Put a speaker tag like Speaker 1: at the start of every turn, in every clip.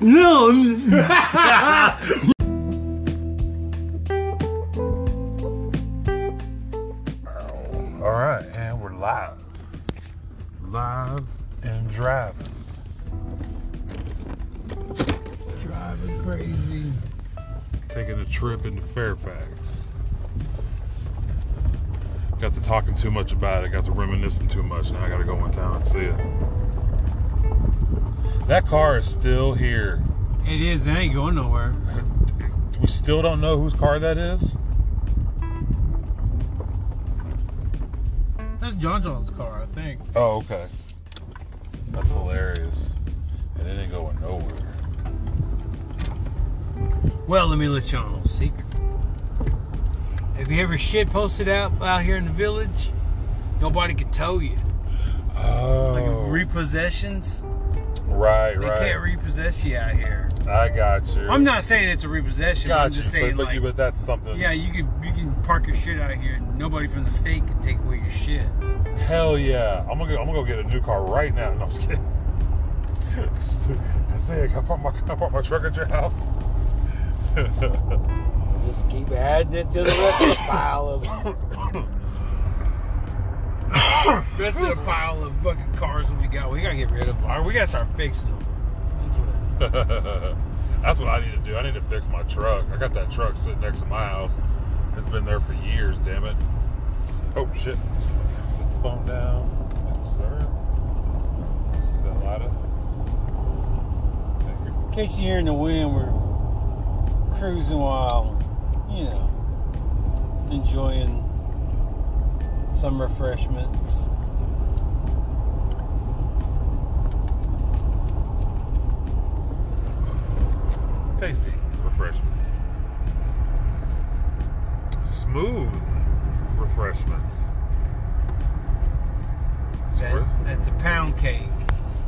Speaker 1: No. All right, and we're live. Live and driving.
Speaker 2: Driving crazy.
Speaker 1: Taking a trip into Fairfax. Got to talking too much about it, got to reminiscing too much. Now I gotta go in town and see it. That car is still here.
Speaker 2: It is. It ain't going nowhere.
Speaker 1: We still don't know whose car that is.
Speaker 2: That's John John's car, I think.
Speaker 1: Oh, okay. That's hilarious. And it ain't going nowhere.
Speaker 2: Well, let me let you on a little secret. If you ever shit posted out out here in the village, nobody can tow you.
Speaker 1: Oh,
Speaker 2: Like repossessions,
Speaker 1: right,
Speaker 2: they
Speaker 1: right.
Speaker 2: can't repossess you out here.
Speaker 1: I got you.
Speaker 2: I'm not saying it's a repossession.
Speaker 1: Got
Speaker 2: I'm
Speaker 1: you,
Speaker 2: just saying
Speaker 1: but, but,
Speaker 2: like,
Speaker 1: you- but that's something.
Speaker 2: yeah, you can you can park your shit out here. and Nobody from the state can take away your shit.
Speaker 1: Hell yeah! I'm gonna go, I'm gonna go get a new car right now. No, I'm just kidding. Just- That's it. Can I park my can I park my truck at your house.
Speaker 3: Just keep adding it to the rest of the pile of
Speaker 2: Rest of the pile of fucking cars that we got, we gotta get rid of. Them. We gotta start fixing them. That's what.
Speaker 1: That's what I need to do. I need to fix my truck. I got that truck sitting next to my house. It's been there for years. Damn it. Oh shit! Put the phone down, Thank you, sir. See that lighter? Thank you.
Speaker 2: In case you're hearing the wind, we're cruising while, you know, enjoying some refreshments.
Speaker 1: tasty refreshments. Smooth refreshments.
Speaker 2: That, that's a pound cake.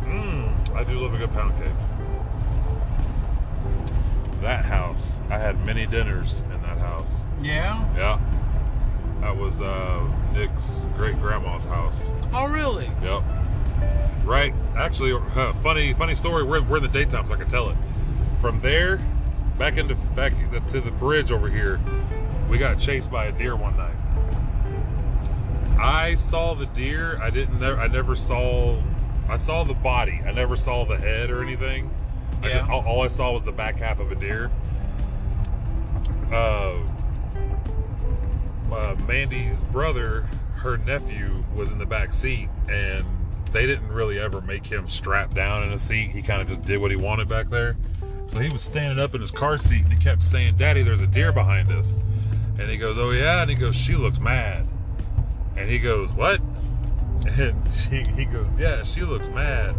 Speaker 1: Mmm, I do love a good pound cake. That house, I had many dinners in that house.
Speaker 2: Yeah?
Speaker 1: Yeah. That was uh, Nick's great grandma's house.
Speaker 2: Oh, really?
Speaker 1: Yep. Right. Actually, uh, funny funny story. We're, we're in the daytime, so I can tell it. From there, back into back to the bridge over here, we got chased by a deer one night. I saw the deer. I didn't. ne- I never saw. I saw the body. I never saw the head or anything. I
Speaker 2: Yeah.
Speaker 1: just, all, all I saw was the back half of a deer. Uh, uh, Mandy's brother, her nephew, was in the back seat, and they didn't really ever make him strap down in a seat. He kind of just did what he wanted back there. So he was standing up in his car seat, and he kept saying, "Daddy, there's a deer behind us." And he goes, "Oh yeah," and he goes, "She looks mad." And he goes, "What?" And she, he goes, "Yeah, she looks mad."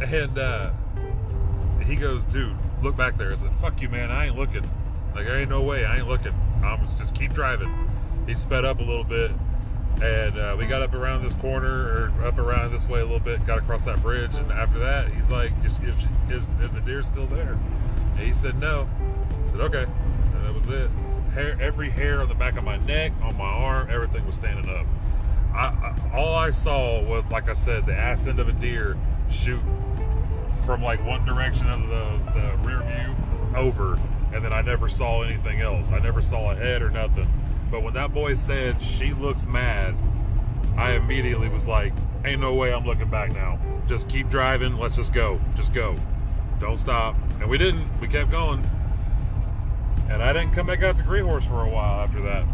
Speaker 1: And uh, he goes, dude, look back there. I said, fuck you, man. I ain't looking. Like, there ain't no way. I ain't looking. I'm just- just keep driving. He sped up a little bit, and uh, we got up around this corner or up around this way a little bit. Got across that bridge, and after that, he's like, is, is, is, is the deer still there? And he said, no. I said, okay. And that was it. Hair, every hair on the back of my neck, on my arm, everything was standing up. I, I, all I saw was, like I said, the ass end of a deer shoot from like one direction of the, the rear view over, and then I never saw anything else. I never saw a head or nothing. But when that boy said, She looks mad, I immediately was like, Ain't no way I'm looking back now. Just keep driving. Let's just go. Just go. Don't stop. And we didn't. We kept going. And I didn't come back out to Greenhorse for a while after that.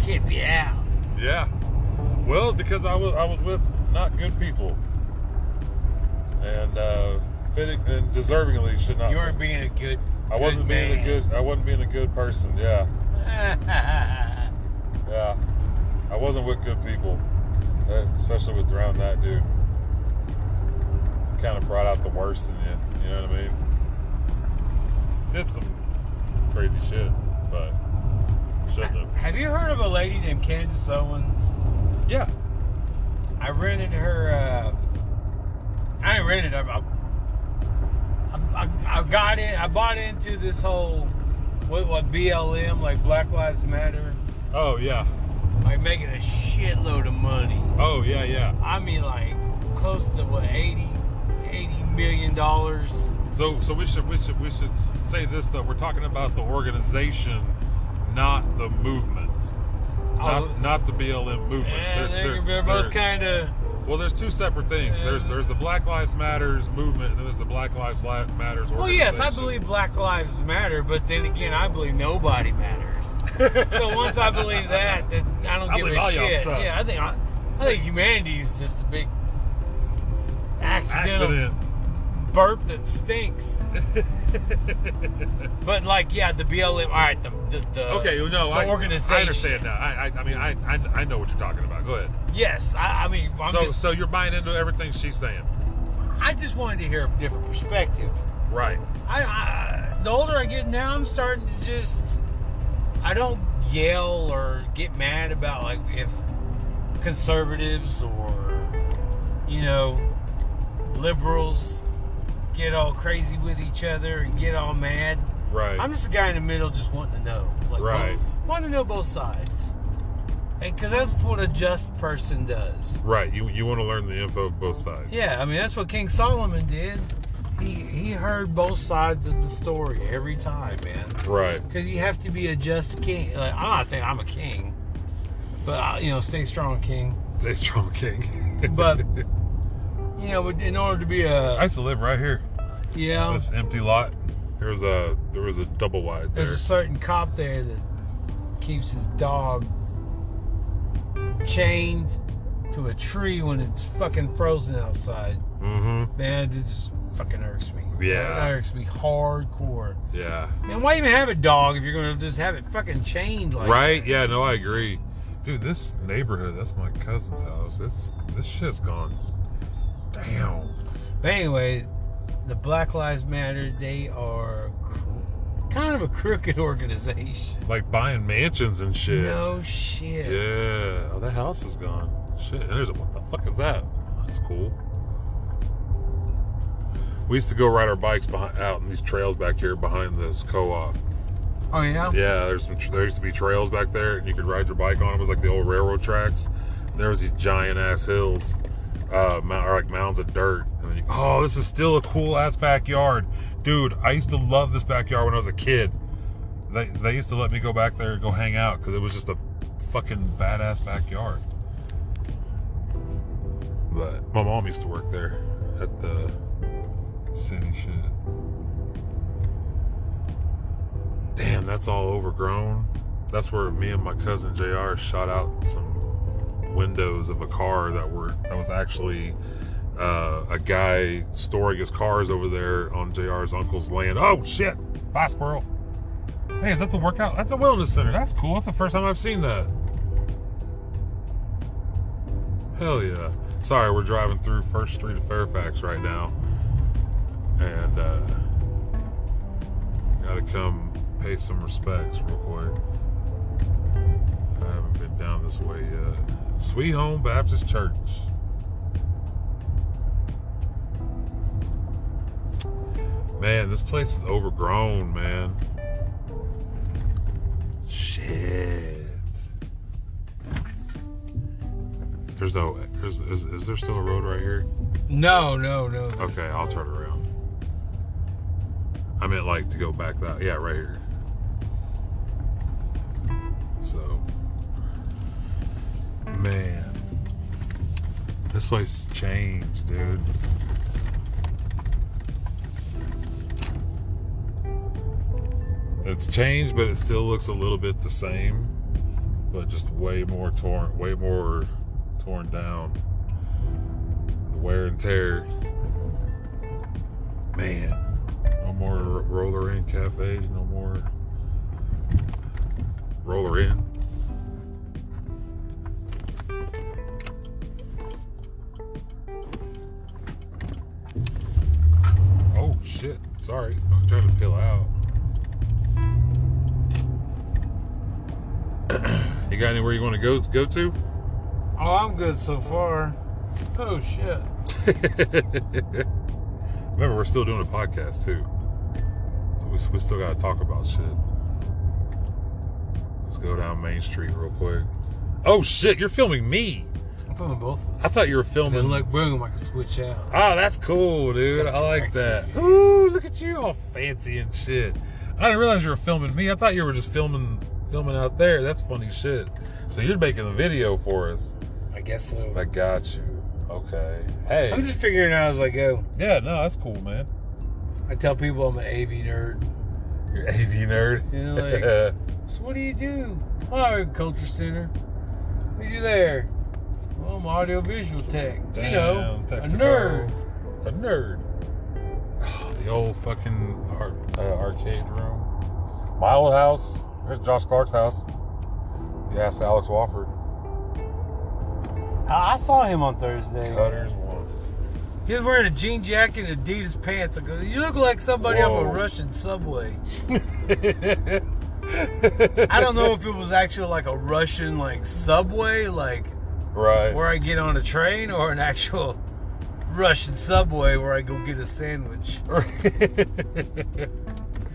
Speaker 2: Can't be out.
Speaker 1: Yeah. Well, because I was I was with not good people, and uh, fitting and deservingly should not.
Speaker 2: You weren't being a good.
Speaker 1: I wasn't being a good. I wasn't being a good person. Yeah,
Speaker 2: man.
Speaker 1: yeah. I wasn't with good people, uh, especially with around that dude. Kind of brought out the worst in you. You know what I mean? Did some crazy shit, but shouldn't have.
Speaker 2: Have you heard of a lady named Candace Owens?
Speaker 1: Yeah.
Speaker 2: I rented her. Uh, I didn't rent it. I, I, I, I got in. I bought into this whole what, what BLM, like Black Lives Matter,
Speaker 1: Oh yeah.
Speaker 2: like making a shitload of money.
Speaker 1: Oh yeah yeah.
Speaker 2: I mean, like close to what 80, 80 million dollars.
Speaker 1: So, so we should we should we should say this though. We're talking about the organization, not the movement,
Speaker 2: Oh.
Speaker 1: not, not the BLM movement.
Speaker 2: And
Speaker 1: They're-
Speaker 2: they're,
Speaker 1: they're-
Speaker 2: they're both
Speaker 1: they're-
Speaker 2: kind of
Speaker 1: Well, there's two separate things. There's
Speaker 2: Uh,
Speaker 1: there's the Black Lives Matters movement, and then there's the Black Lives Li- Matters.
Speaker 2: Well, yes, I
Speaker 1: organization.
Speaker 2: believe Black Lives Matter, but then again, I believe nobody matters. so once I believe that, then I don't
Speaker 1: I
Speaker 2: give
Speaker 1: believe
Speaker 2: a
Speaker 1: all y'all
Speaker 2: shit.
Speaker 1: suck.
Speaker 2: Yeah, I think I, I think humanity is just a big accidental
Speaker 1: accident.
Speaker 2: burp that stinks. but like, yeah, the BLM. All right, the the, the
Speaker 1: Okay, well, no,
Speaker 2: the
Speaker 1: I,
Speaker 2: organization.
Speaker 1: I understand now. I, I, I mean, I, I, I know what you're talking about. Go ahead.
Speaker 2: Yes, I, I mean, I'm
Speaker 1: so,
Speaker 2: just,
Speaker 1: so you're buying into everything she's saying,
Speaker 2: I just wanted to hear a different perspective.
Speaker 1: right?
Speaker 2: I, I the older I get now, I'm starting to just I don't yell or get mad about like if conservatives or you know liberals get all crazy with each other and get all mad.
Speaker 1: Right.
Speaker 2: I'm just a guy in the middle, just wanting to know, like,
Speaker 1: Right.
Speaker 2: Want to know both sides, because that's what a just person does.
Speaker 1: right. You, you want to learn the info of both sides.
Speaker 2: Yeah, I mean that's what King Solomon did. He he heard both sides of the story every time, man.
Speaker 1: Right.
Speaker 2: Because you have to be a just king. Like I'm not saying I'm a king, but uh, you know, stay strong, king.
Speaker 1: Stay strong, King.
Speaker 2: But you know, but in order to be a
Speaker 1: I used to live right here.
Speaker 2: yeah,
Speaker 1: This empty lot. There was a there was a double wide there.
Speaker 2: there's a certain cop there that keeps his dog chained to a tree when it's fucking frozen outside.
Speaker 1: Mm-hmm.
Speaker 2: Man, it just fucking irks me.
Speaker 1: Yeah.
Speaker 2: That irks me hardcore.
Speaker 1: Yeah.
Speaker 2: Man, why even have a dog if you're gonna just have it fucking chained like
Speaker 1: right. Yeah. No, I agree. Dude, this neighborhood. That's my cousin's house. It's this shit's gone. Damn.
Speaker 2: But anyway, the Black Lives Matter, they are cr- kind of a crooked organization.
Speaker 1: Like buying mansions and shit.
Speaker 2: No shit.
Speaker 1: Yeah. Oh, that house is gone. Shit. And there's a what the fuck is that? That's cool. We used to go ride our bikes behind, out in these trails back here behind this co-op.
Speaker 2: Oh yeah?
Speaker 1: Yeah, there's some, there used to be trails back there, and you could ride your bike on them. It was like the old railroad tracks. There was these giant ass hills, uh, mou- or like mounds of dirt. And then you, oh, this is still a cool ass backyard, dude. I used to love this backyard when I was a kid. They they used to let me go back there and go hang out because it was just a fucking badass backyard. But my mom used to work there at the city shit. Damn, that's all overgrown. That's where me and my cousin JR shot out some windows of a car that were that was actually uh, a guy storing his cars over there on JR's uncle's land. Oh shit! Bye squirrel. Hey, is that the workout? That's a wellness center. That's cool. That's the first time I've seen that. Hell yeah. Sorry, we're driving through First Street of Fairfax right now. And uh Gotta come pay some respects real quick. I haven't been down this way yet. Sweet Home Baptist Church. Man, this place is overgrown, man. Shit. There's no. Is, is, is there still a road right here?
Speaker 2: No, no, no.
Speaker 1: Okay, I'll turn around. I meant like to go back that. Yeah, right here. So, man, this place has changed, dude. It's changed, but it still looks a little bit the same, but just way more torn, way more torn down. The wear and tear Man, no more r- roller in cafe. No more roller in. Oh shit! Sorry, I'm trying to peel out. you got anywhere you want to go go to?
Speaker 2: Oh, I'm good so far. Oh shit.
Speaker 1: Remember, we're still doing a podcast too. So we, we still got to talk about shit. Let's go down Main Street real quick. Oh shit, you're filming me.
Speaker 4: I'm filming both of us.
Speaker 1: I thought you were
Speaker 4: and then
Speaker 1: filming.
Speaker 4: look, boom, I can switch out.
Speaker 1: Oh, that's cool, dude. I like that. Ooh, look at you, all fancy and shit. I didn't realize you were filming me. I thought you were just filming filming out there. That's funny shit. So you're making a video for us.
Speaker 4: I guess so.
Speaker 1: I got you. Okay. Hey.
Speaker 4: I'm just figuring out as I go.
Speaker 1: yeah, no, that's cool, man.
Speaker 4: I tell people I'm an AV nerd.
Speaker 1: You're an AV nerd.
Speaker 4: Yeah, So what do you do? Oh, agriculture center. What do you do there? Well, I'm audio visual tech. you know,
Speaker 1: Damn,
Speaker 4: a
Speaker 1: Texaco.
Speaker 4: nerd.
Speaker 1: A nerd. Oh, The old fucking ar- uh, arcade room. My old house. There's Josh Clark's house. You asked Alex Wofford.
Speaker 2: I I saw him on Thursday.
Speaker 1: Cutters one.
Speaker 2: He was wearing a jean jacket and Adidas pants. I go, you look like somebody off a
Speaker 1: Whoa.
Speaker 2: Russian subway. I don't know if it was actually like a Russian like subway, like
Speaker 1: Right.
Speaker 2: where I get on a train, or an actual Russian subway where I go get a sandwich.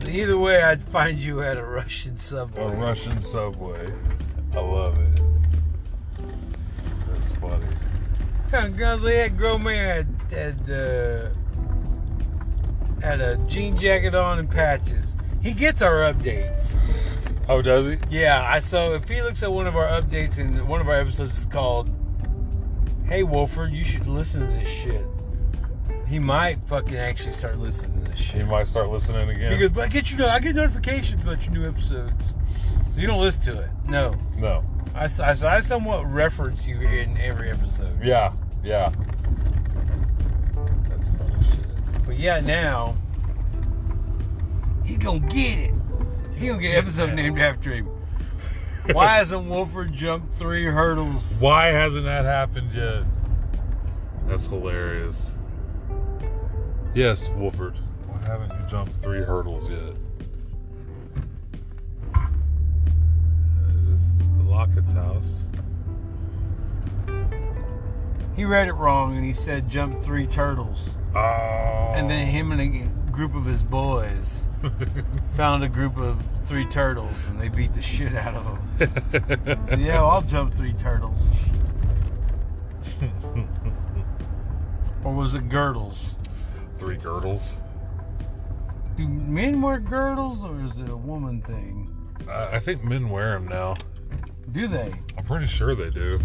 Speaker 2: Either way, I'd find you at a Russian
Speaker 1: a
Speaker 2: subway.
Speaker 1: Russian subway. I love it. That's funny.
Speaker 2: What kind of guns they had? Grown man had, had, uh, had a jean jacket on and patches. He gets our updates.
Speaker 1: Oh, does he?
Speaker 2: Yeah, I so if he looks at one of our updates and one of our episodes is called Hey Wolford, you should listen to this shit. He might fucking actually start listening to this
Speaker 1: He
Speaker 2: shit.
Speaker 1: might start listening
Speaker 2: He
Speaker 1: again.
Speaker 2: goes, but I get you I get notifications about your new episodes. So you don't listen to it. No.
Speaker 1: no.
Speaker 2: I, s- I s- I somewhat reference you in every episode.
Speaker 1: Yeah. Yeah. That's funny shit.
Speaker 2: But yeah, now he gonna get it. He gonna get an episode named after him. Why hasn't Wolford jumped three hurdles?
Speaker 1: Why hasn't that happened yet? That's hilarious. Yes, Wolford. Why haven't you jumped three hurdles yet? That is the Lockett's house.
Speaker 2: He read it wrong and he said jump three turtles.
Speaker 1: Oh.
Speaker 2: And then him and a group of his boys found a group of three turtles and they beat the shit out of them. So, yeah, well, I'll jump three turtles. or was it girdles?
Speaker 1: three girdles.
Speaker 2: Do men wear girdles or is it a woman thing?
Speaker 1: I I think men wear them now.
Speaker 2: Do they?
Speaker 1: I'm pretty sure they do.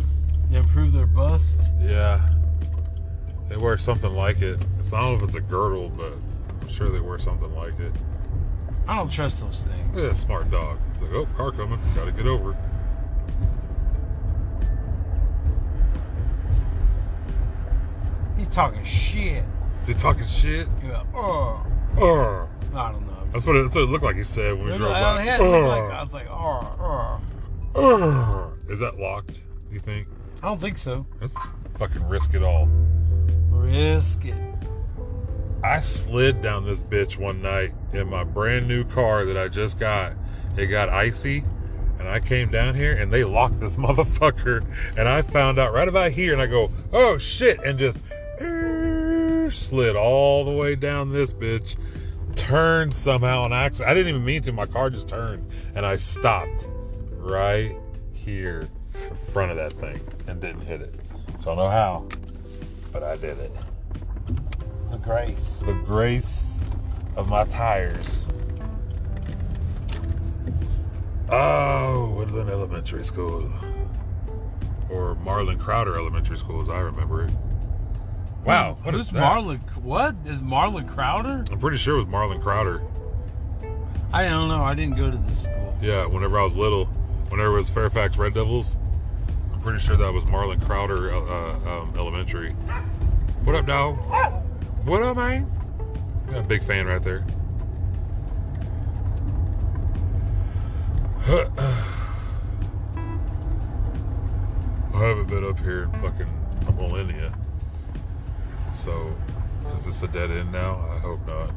Speaker 2: They improve their bust?
Speaker 1: Yeah. They wear something like it. It's I don't know if it's a girdle, but I'm sure they wear something like it.
Speaker 2: I don't trust those things.
Speaker 1: Look at that smart dog. It's like, oh, car coming. Gotta get over.
Speaker 2: He's talking shit.
Speaker 1: Is he talking shit?
Speaker 2: He's like, oh,
Speaker 1: Urgh.
Speaker 2: I don't know.
Speaker 1: That's what, it, that's what it looked like he said when we
Speaker 2: Look,
Speaker 1: drove
Speaker 2: I,
Speaker 1: by. Uh.
Speaker 2: had to look like, I
Speaker 1: Urgh.
Speaker 2: was like, oh, oh.
Speaker 1: Urgh. Is that locked, you think?
Speaker 2: I don't think so.
Speaker 1: Let's fucking risk it all.
Speaker 2: Risk it.
Speaker 1: I slid down this bitch one night in my brand new car that I just got. It got icy, and I came down here and they locked this motherfucker. And I found out right about here, and I go, oh shit, and just er, slid all the way down this bitch. Turned somehow on accident. I didn't even mean to. My car just turned, and I stopped right here in front of that thing and didn't hit it. Don't know how, but I did it
Speaker 2: The grace.
Speaker 1: the grace of my tires. Oh, Woodland Elementary School. Or Marlin Crowder Elementary School, as I remember it. Wow. What
Speaker 2: Who's
Speaker 1: is that?
Speaker 2: Marla? What is Marla Crowder?
Speaker 1: I'm pretty sure it was Marlin Crowder.
Speaker 2: I don't know. I didn't go to this school.
Speaker 1: Yeah, whenever I was little, whenever it was Fairfax Red Devils, I'm pretty sure that was Marlin Crowder uh, um, Elementary. What up, dog? What up, man? Yeah, big fan right there. I haven't been up here in fucking a millennia. So, is this a dead end now? I hope not.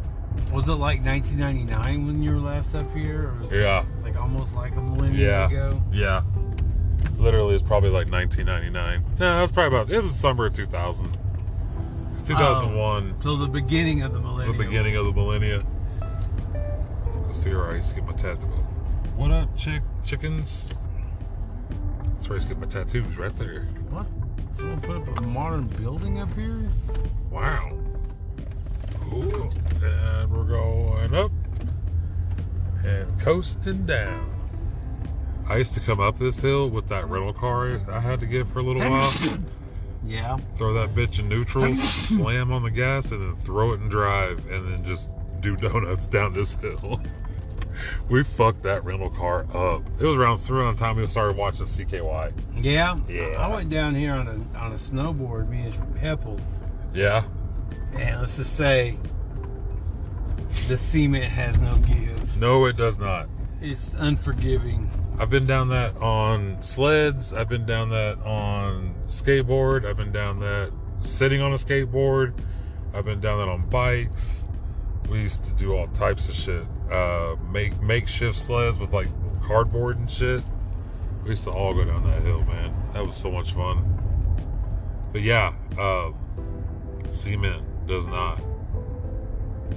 Speaker 2: Was it like 1999 when you were last up here? Or was it
Speaker 1: Yeah.
Speaker 2: like almost like a millennium
Speaker 1: Yeah.
Speaker 2: ago?
Speaker 1: Yeah. Literally, it's probably like 1999. No, it was probably about. It was the summer of 2000. It was 2001,
Speaker 2: So the beginning of the
Speaker 1: the
Speaker 2: millennium.
Speaker 1: beginning of the millennia. Let's see where I used to get my tattoo. What up, chick chickens? That's where I used to get my tattoos, right there.
Speaker 2: What? Someone put up a modern building up here?
Speaker 1: Wow. Cool. And we're going up and coasting down. I used to come up this hill with that rental car I had to get for a little while.
Speaker 5: Yeah.
Speaker 1: Throw that bitch in neutral, slam on the gas, and then throw it and drive, and then just do donuts down this hill. We fucked that rental car up. It was around around the time we started watching CKY.
Speaker 2: Yeah.
Speaker 1: Yeah.
Speaker 2: I went down here on a on a snowboard, me and Heppel.
Speaker 1: Yeah.
Speaker 2: And let's just say the cement has no give.
Speaker 1: No, it does not.
Speaker 2: It's unforgiving.
Speaker 1: I've been down that on sleds. I've been down that on skateboard. I've been down that sitting on a skateboard. I've been down that on bikes. We used to do all types of shit. Uh, make makeshift sleds with like cardboard and shit. We used to all go down that hill, man. That was so much fun. But yeah, uh, cement does not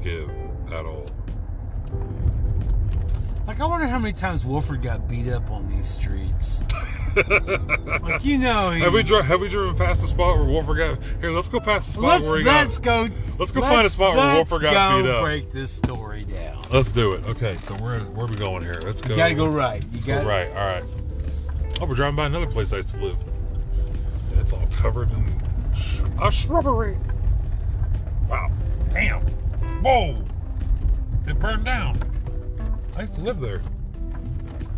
Speaker 1: give at all.
Speaker 2: Like I wonder how many times Wolford got beat up on these streets. like you know, he,
Speaker 1: Have we dri- have we driven past the spot where Wolfer got? Here, let's go past the spot
Speaker 2: let's
Speaker 1: where he
Speaker 2: let's
Speaker 1: got.
Speaker 2: go.
Speaker 1: Let's go find a spot where
Speaker 2: let's
Speaker 1: Wolford got
Speaker 2: go
Speaker 1: beat up.
Speaker 2: Break this story down.
Speaker 1: Let's do it. Okay, so where where are we going here? Let's go.
Speaker 2: You gotta go right. You
Speaker 1: Go
Speaker 2: got
Speaker 1: right. All right. Oh, we're driving by another place I used to live. It's all covered in sh- a shrubbery. Wow. Damn. Whoa. It burned down. I used to live there.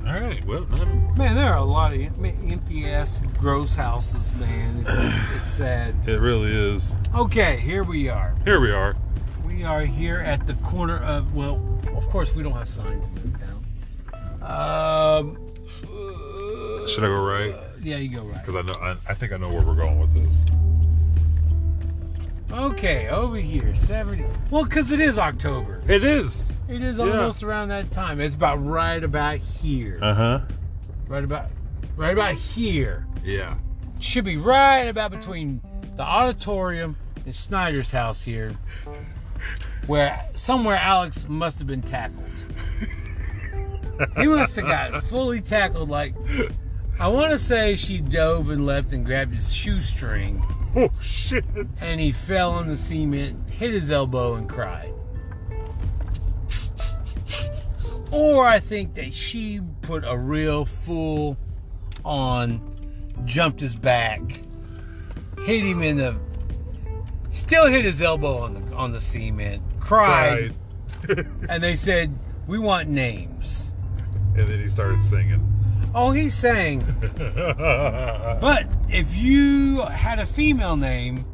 Speaker 1: All right. Well, i
Speaker 2: Man, there are a lot of em- empty ass, gross houses, man. It's, it's sad.
Speaker 1: it really is.
Speaker 2: Okay, here we are.
Speaker 1: Here we are.
Speaker 2: We are here at the corner of well, of course we don't have signs in this town. Um, uh,
Speaker 1: Should I go right?
Speaker 2: yeah, you go right.
Speaker 1: Because I know I, I think I know where we're going with this.
Speaker 2: Okay, over here, seventy. Well, because it is October.
Speaker 1: It is.
Speaker 2: It is
Speaker 1: Yeah.
Speaker 2: almost around that time. It's about right about here.
Speaker 1: Uh huh.
Speaker 2: right about, right about here.
Speaker 1: Yeah.
Speaker 2: Should be right about between the auditorium and Snyder's house here, where somewhere Alex must have been tackled. he must have got fully tackled. Like I want to say she dove and leapt and grabbed his shoestring,
Speaker 1: Oh shit.
Speaker 2: and he fell on the cement, hit his elbow, and cried. Or I think that she put a real full on, jumped his back, hit him in the, still hit his elbow on the on the cement, cried,
Speaker 1: Right.
Speaker 2: and they said we want names.
Speaker 1: And then he started singing.
Speaker 2: Oh, he sang.
Speaker 1: that
Speaker 2: But if you had a female name,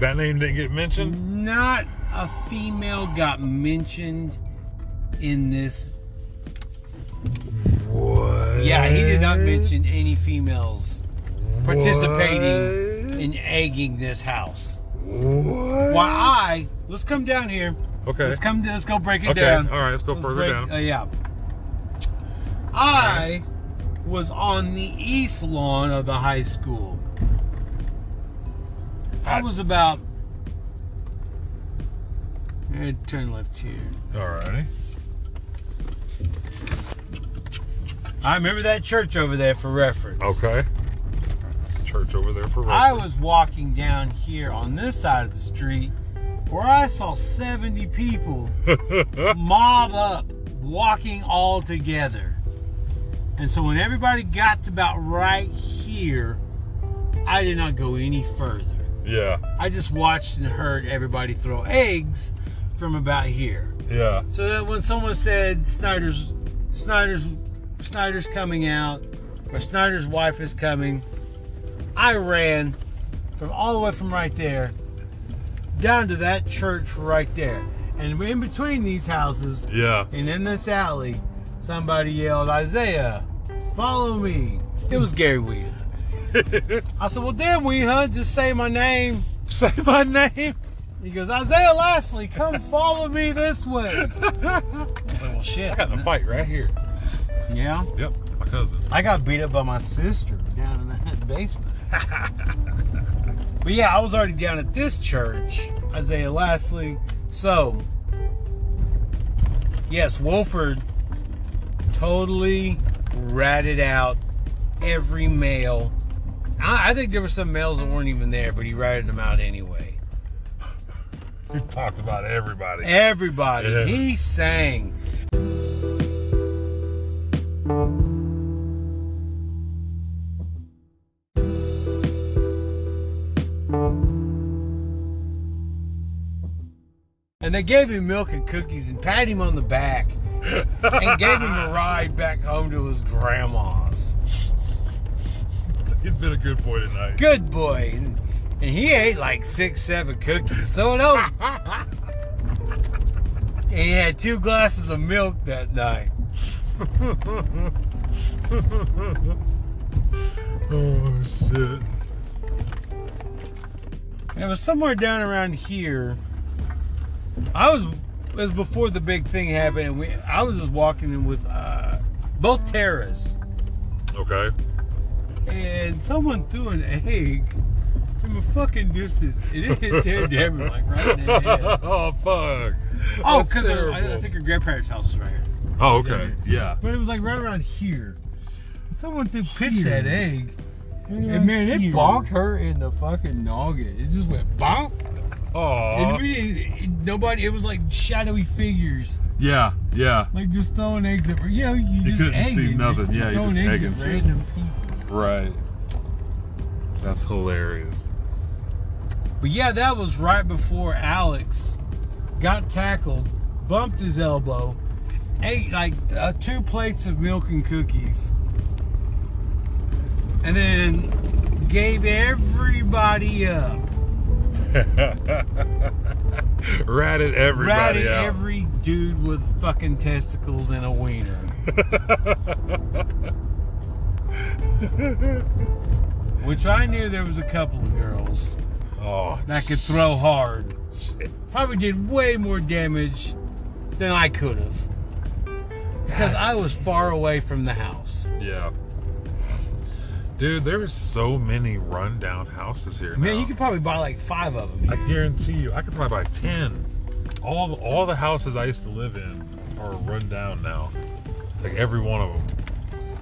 Speaker 1: name didn't get mentioned.
Speaker 2: not a female got mentioned in this.
Speaker 1: What?
Speaker 2: Yeah, he did not mention any females participating
Speaker 1: What?
Speaker 2: in egging this house.
Speaker 1: What?
Speaker 2: Why I let's come down here.
Speaker 1: Okay.
Speaker 2: Let's come. Let's go break it
Speaker 1: Okay.
Speaker 2: down.
Speaker 1: All right. Let's go
Speaker 2: Let's
Speaker 1: further
Speaker 2: break-
Speaker 1: down.
Speaker 2: uh, yeah. I was on the east lawn of the high school. I was about. eh, Turn left here.
Speaker 1: Alrighty.
Speaker 2: I remember that church over there for reference.
Speaker 1: Okay. Church over there for
Speaker 2: I
Speaker 1: reference.
Speaker 2: was walking down here on this side of the street where I saw 70 people mob up, walking all together. And so when everybody got to about right here, I did not go any further.
Speaker 1: Yeah.
Speaker 2: I just watched and heard everybody throw eggs from about here.
Speaker 1: Yeah.
Speaker 2: So that when someone said Snyder's Snyder's Snyder's coming out or Snyder's wife is coming, I ran from all the way from right there down to that church right there. And in between these houses
Speaker 1: Yeah.
Speaker 2: and in this alley, somebody yelled, Isaiah, follow me. It was Gary Weir. I said, Well damn we huh, just say my name.
Speaker 1: Say my name.
Speaker 2: He goes, Isaiah Lastly, come follow me this way. I was like, well, shit.
Speaker 1: Got in a fight right here.
Speaker 2: Yeah.
Speaker 1: Yep. My cousin.
Speaker 2: I got beat up by my sister down in that basement. but yeah, I was already down at this church, Isaiah Lastly. So, yes, Wolford totally ratted out every male I, I think there were some males that weren't even there, but he ratted them out anyway.
Speaker 1: You talked about everybody.
Speaker 2: Everybody.
Speaker 1: Yeah.
Speaker 2: He sang. And they gave him milk and cookies and patted him on the back and gave him a ride back home to his grandma's.
Speaker 1: It's been a good boy tonight.
Speaker 2: Good boy. And, and he ate like six, seven cookies. So no. and he had two glasses of milk that night.
Speaker 1: Oh shit.
Speaker 2: And it was somewhere down around here. I was it was before the big thing happened, and we I was just walking in with uh, both Terras,
Speaker 1: Okay.
Speaker 2: and someone threw an egg from a fucking distance, and it hit Terra Damon like right in the head.
Speaker 1: oh fuck.
Speaker 2: Oh,
Speaker 1: That's
Speaker 2: because I, I
Speaker 1: terrible.
Speaker 2: think her grandparents' house is right here.
Speaker 1: Oh okay. Yeah.
Speaker 2: But it was like right around here. Someone threw pitch that egg. And man, it bonked her in the fucking noggin. It just went bonk. And
Speaker 1: Oh.
Speaker 2: we didn't- it- nobody, it was like shadowy figures.
Speaker 1: Yeah. Yeah.
Speaker 2: Like just throwing eggs at, you know, you, just
Speaker 1: couldn't
Speaker 2: egging.
Speaker 1: see nothing. Yeah, you
Speaker 2: throwing
Speaker 1: just
Speaker 2: eggs
Speaker 1: egging
Speaker 2: at
Speaker 1: shit.
Speaker 2: random people.
Speaker 1: Right. That's hilarious.
Speaker 2: But yeah, that was right before Alex got tackled, bumped his elbow, ate like uh, two plates of milk and cookies, and then gave everybody up.
Speaker 1: Ratted everybody
Speaker 2: ratted
Speaker 1: out.
Speaker 2: every dude with fucking testicles and a wiener. Which I knew there was a couple of girls
Speaker 1: oh
Speaker 2: that could throw hard.
Speaker 1: shit.
Speaker 2: Probably did way more damage than I could have. Because I was far away from the house.
Speaker 1: Yeah. Dude, there's so many rundown houses here.
Speaker 2: Man,
Speaker 1: now.
Speaker 2: you could probably buy like five of them.
Speaker 1: I guarantee you, I could probably buy ten. All the, all the houses I used to live in are run down now. Like every one of them.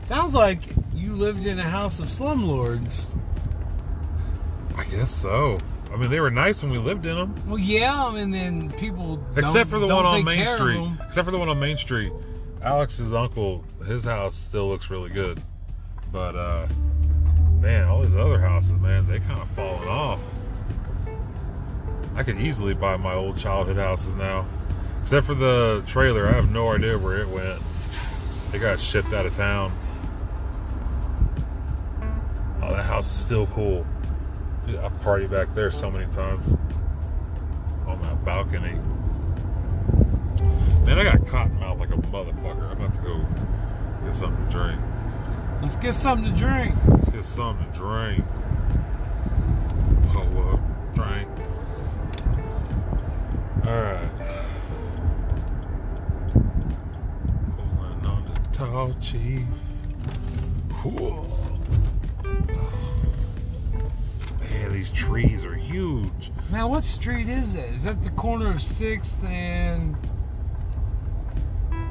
Speaker 2: Sounds like you lived in a house of slumlords.
Speaker 1: I guess so. I mean, they were nice when we lived in them,
Speaker 2: Well, yeah, and then people. don't-
Speaker 1: except for the
Speaker 2: don't
Speaker 1: one on
Speaker 2: take
Speaker 1: Main
Speaker 2: care of
Speaker 1: Street.
Speaker 2: them.
Speaker 1: Except for the one on Main Street. Alex's uncle, his house still looks really good, but uh, man, all these other houses, man, they kind of fallen off. I could easily buy my old childhood houses now, except for the trailer. I have no idea where it went. It got shipped out of town. Oh, that house is still cool. I party back there so many times on that balcony. Man, I got cotton mouth like a motherfucker. I'm about to go get something to drink.
Speaker 2: Let's get something to drink.
Speaker 1: Let's get something to drink. Oh, up, drink. Alright. Pulling on the
Speaker 2: Oh,
Speaker 1: tall chief. Whoa. Man, these trees are huge.
Speaker 2: Man, what street is that? Is that the corner of 6th and. uh,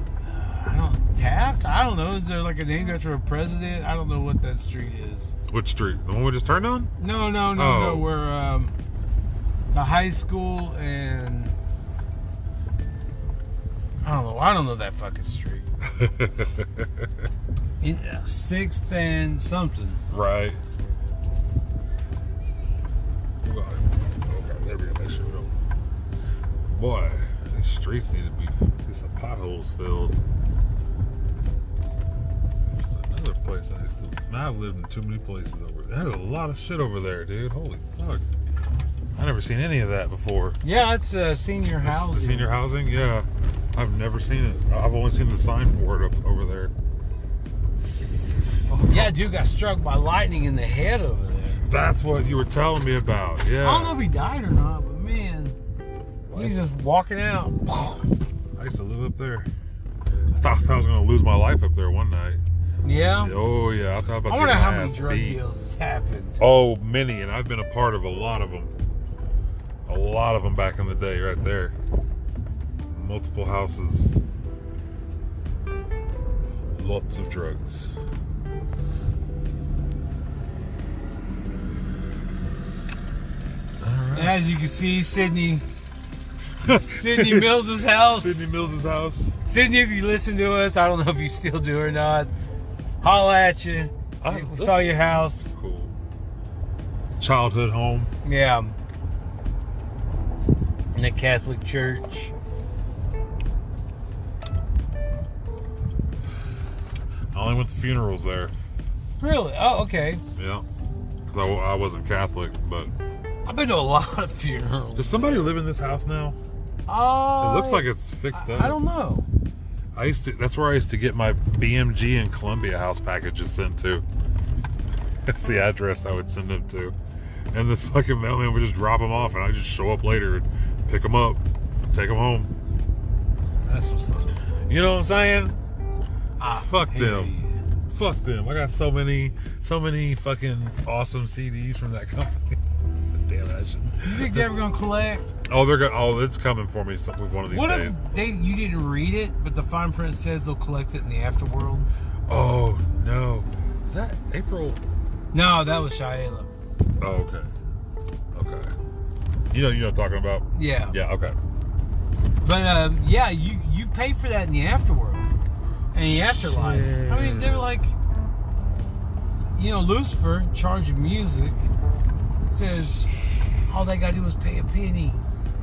Speaker 2: I don't Taft? I don't know. Is there like a name after a president? I don't know what that street is.
Speaker 1: Which street? The one we just turned on?
Speaker 2: No, no, no,
Speaker 1: Oh.
Speaker 2: no. Where um, the high school and. I don't know. I don't know that fucking street. In- uh, 6th and something.
Speaker 1: Right. Oh, God. Oh, God. There we go. Make sure we don't. Boy, these streets need to be get some potholes filled. There's another place I used to. Now I've lived in too many places over there. There's a lot of shit over there, dude. Holy fuck. I never seen any of that before.
Speaker 2: Yeah, it's uh, senior
Speaker 1: This- the
Speaker 2: housing.
Speaker 1: senior housing, yeah. I've never seen it. I've only seen the sign for it up over there.
Speaker 2: Yeah, dude got struck by lightning in the head over there.
Speaker 1: That's what you were telling me about. Yeah.
Speaker 2: I don't know if he died or not, but man, he's just walking out.
Speaker 1: I used to live up there. I thought I was gonna lose my life up there one night.
Speaker 2: Yeah.
Speaker 1: Oh yeah, I thought about
Speaker 2: I wonder
Speaker 1: getting
Speaker 2: how
Speaker 1: my
Speaker 2: many
Speaker 1: ass
Speaker 2: drug
Speaker 1: beat.
Speaker 2: deals has happened.
Speaker 1: Oh, many, and I've been a part of a lot of them. A lot of them back in the day, right there. Multiple houses. Lots of drugs.
Speaker 2: As you can see, Sydney, Sydney Mills' house.
Speaker 1: Sydney
Speaker 2: Sydney.
Speaker 1: Mills' house.
Speaker 2: if you listen to us, I don't know if you still do or not. Holla at you.
Speaker 1: I-
Speaker 2: We saw your house.
Speaker 1: Cool. Childhood home.
Speaker 2: Yeah. In the Catholic Church.
Speaker 1: I only went to funerals there.
Speaker 2: Really? Oh, okay.
Speaker 1: Yeah. 'Cause I, I wasn't Catholic, but
Speaker 2: I've been to a lot of funerals.
Speaker 1: does somebody live in this house now?
Speaker 2: Oh.
Speaker 1: It looks like it's fixed up.
Speaker 2: I don't know.
Speaker 1: I used to. That's where I used to get my BMG and Columbia house packages sent to. That's the address I would send them to, and the fucking mailman would just drop them off, and I just show up later and pick them up, take them home.
Speaker 2: That's what's up.
Speaker 1: You know what I'm saying? Fuck them.
Speaker 2: Hey.
Speaker 1: Fuck them. I got so many, so many fucking awesome CDs from that company. Damn it! I
Speaker 2: You
Speaker 1: should.
Speaker 2: think they're ever gonna collect?
Speaker 1: Oh, they're gonna. Oh, it's coming for me some, one of these
Speaker 2: What
Speaker 1: days.
Speaker 2: if they you didn't read it, but the fine print says they'll collect it in the afterworld?
Speaker 1: Oh no! Is that April?
Speaker 2: No, that was Shia.
Speaker 1: Oh, okay. Okay. You know, you know what I'm talking about.
Speaker 2: Yeah.
Speaker 1: Yeah, okay.
Speaker 2: But um, yeah, you you pay for that in the afterworld, in the afterlife. I mean, they're like, you know, Lucifer, in charge of music, says all they gotta do is pay a penny,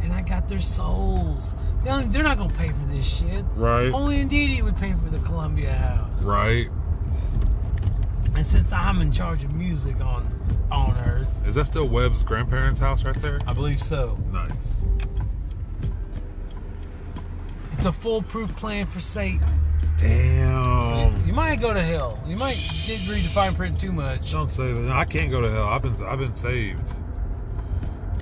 Speaker 2: and I got their souls. They don't, they're not gonna pay for this shit.
Speaker 1: Right.
Speaker 2: Only indeed he would pay for the Columbia House.
Speaker 1: Right.
Speaker 2: And since I'm in charge of music on on Earth,
Speaker 1: Is that still Webb's grandparents' house right there?
Speaker 2: I believe so.
Speaker 1: Nice.
Speaker 2: It's a foolproof plan for Satan.
Speaker 1: Damn. Um,
Speaker 2: you might go to hell. You might did read the fine print too much.
Speaker 1: Don't say that. No, I can't go to hell. I've been I've been saved.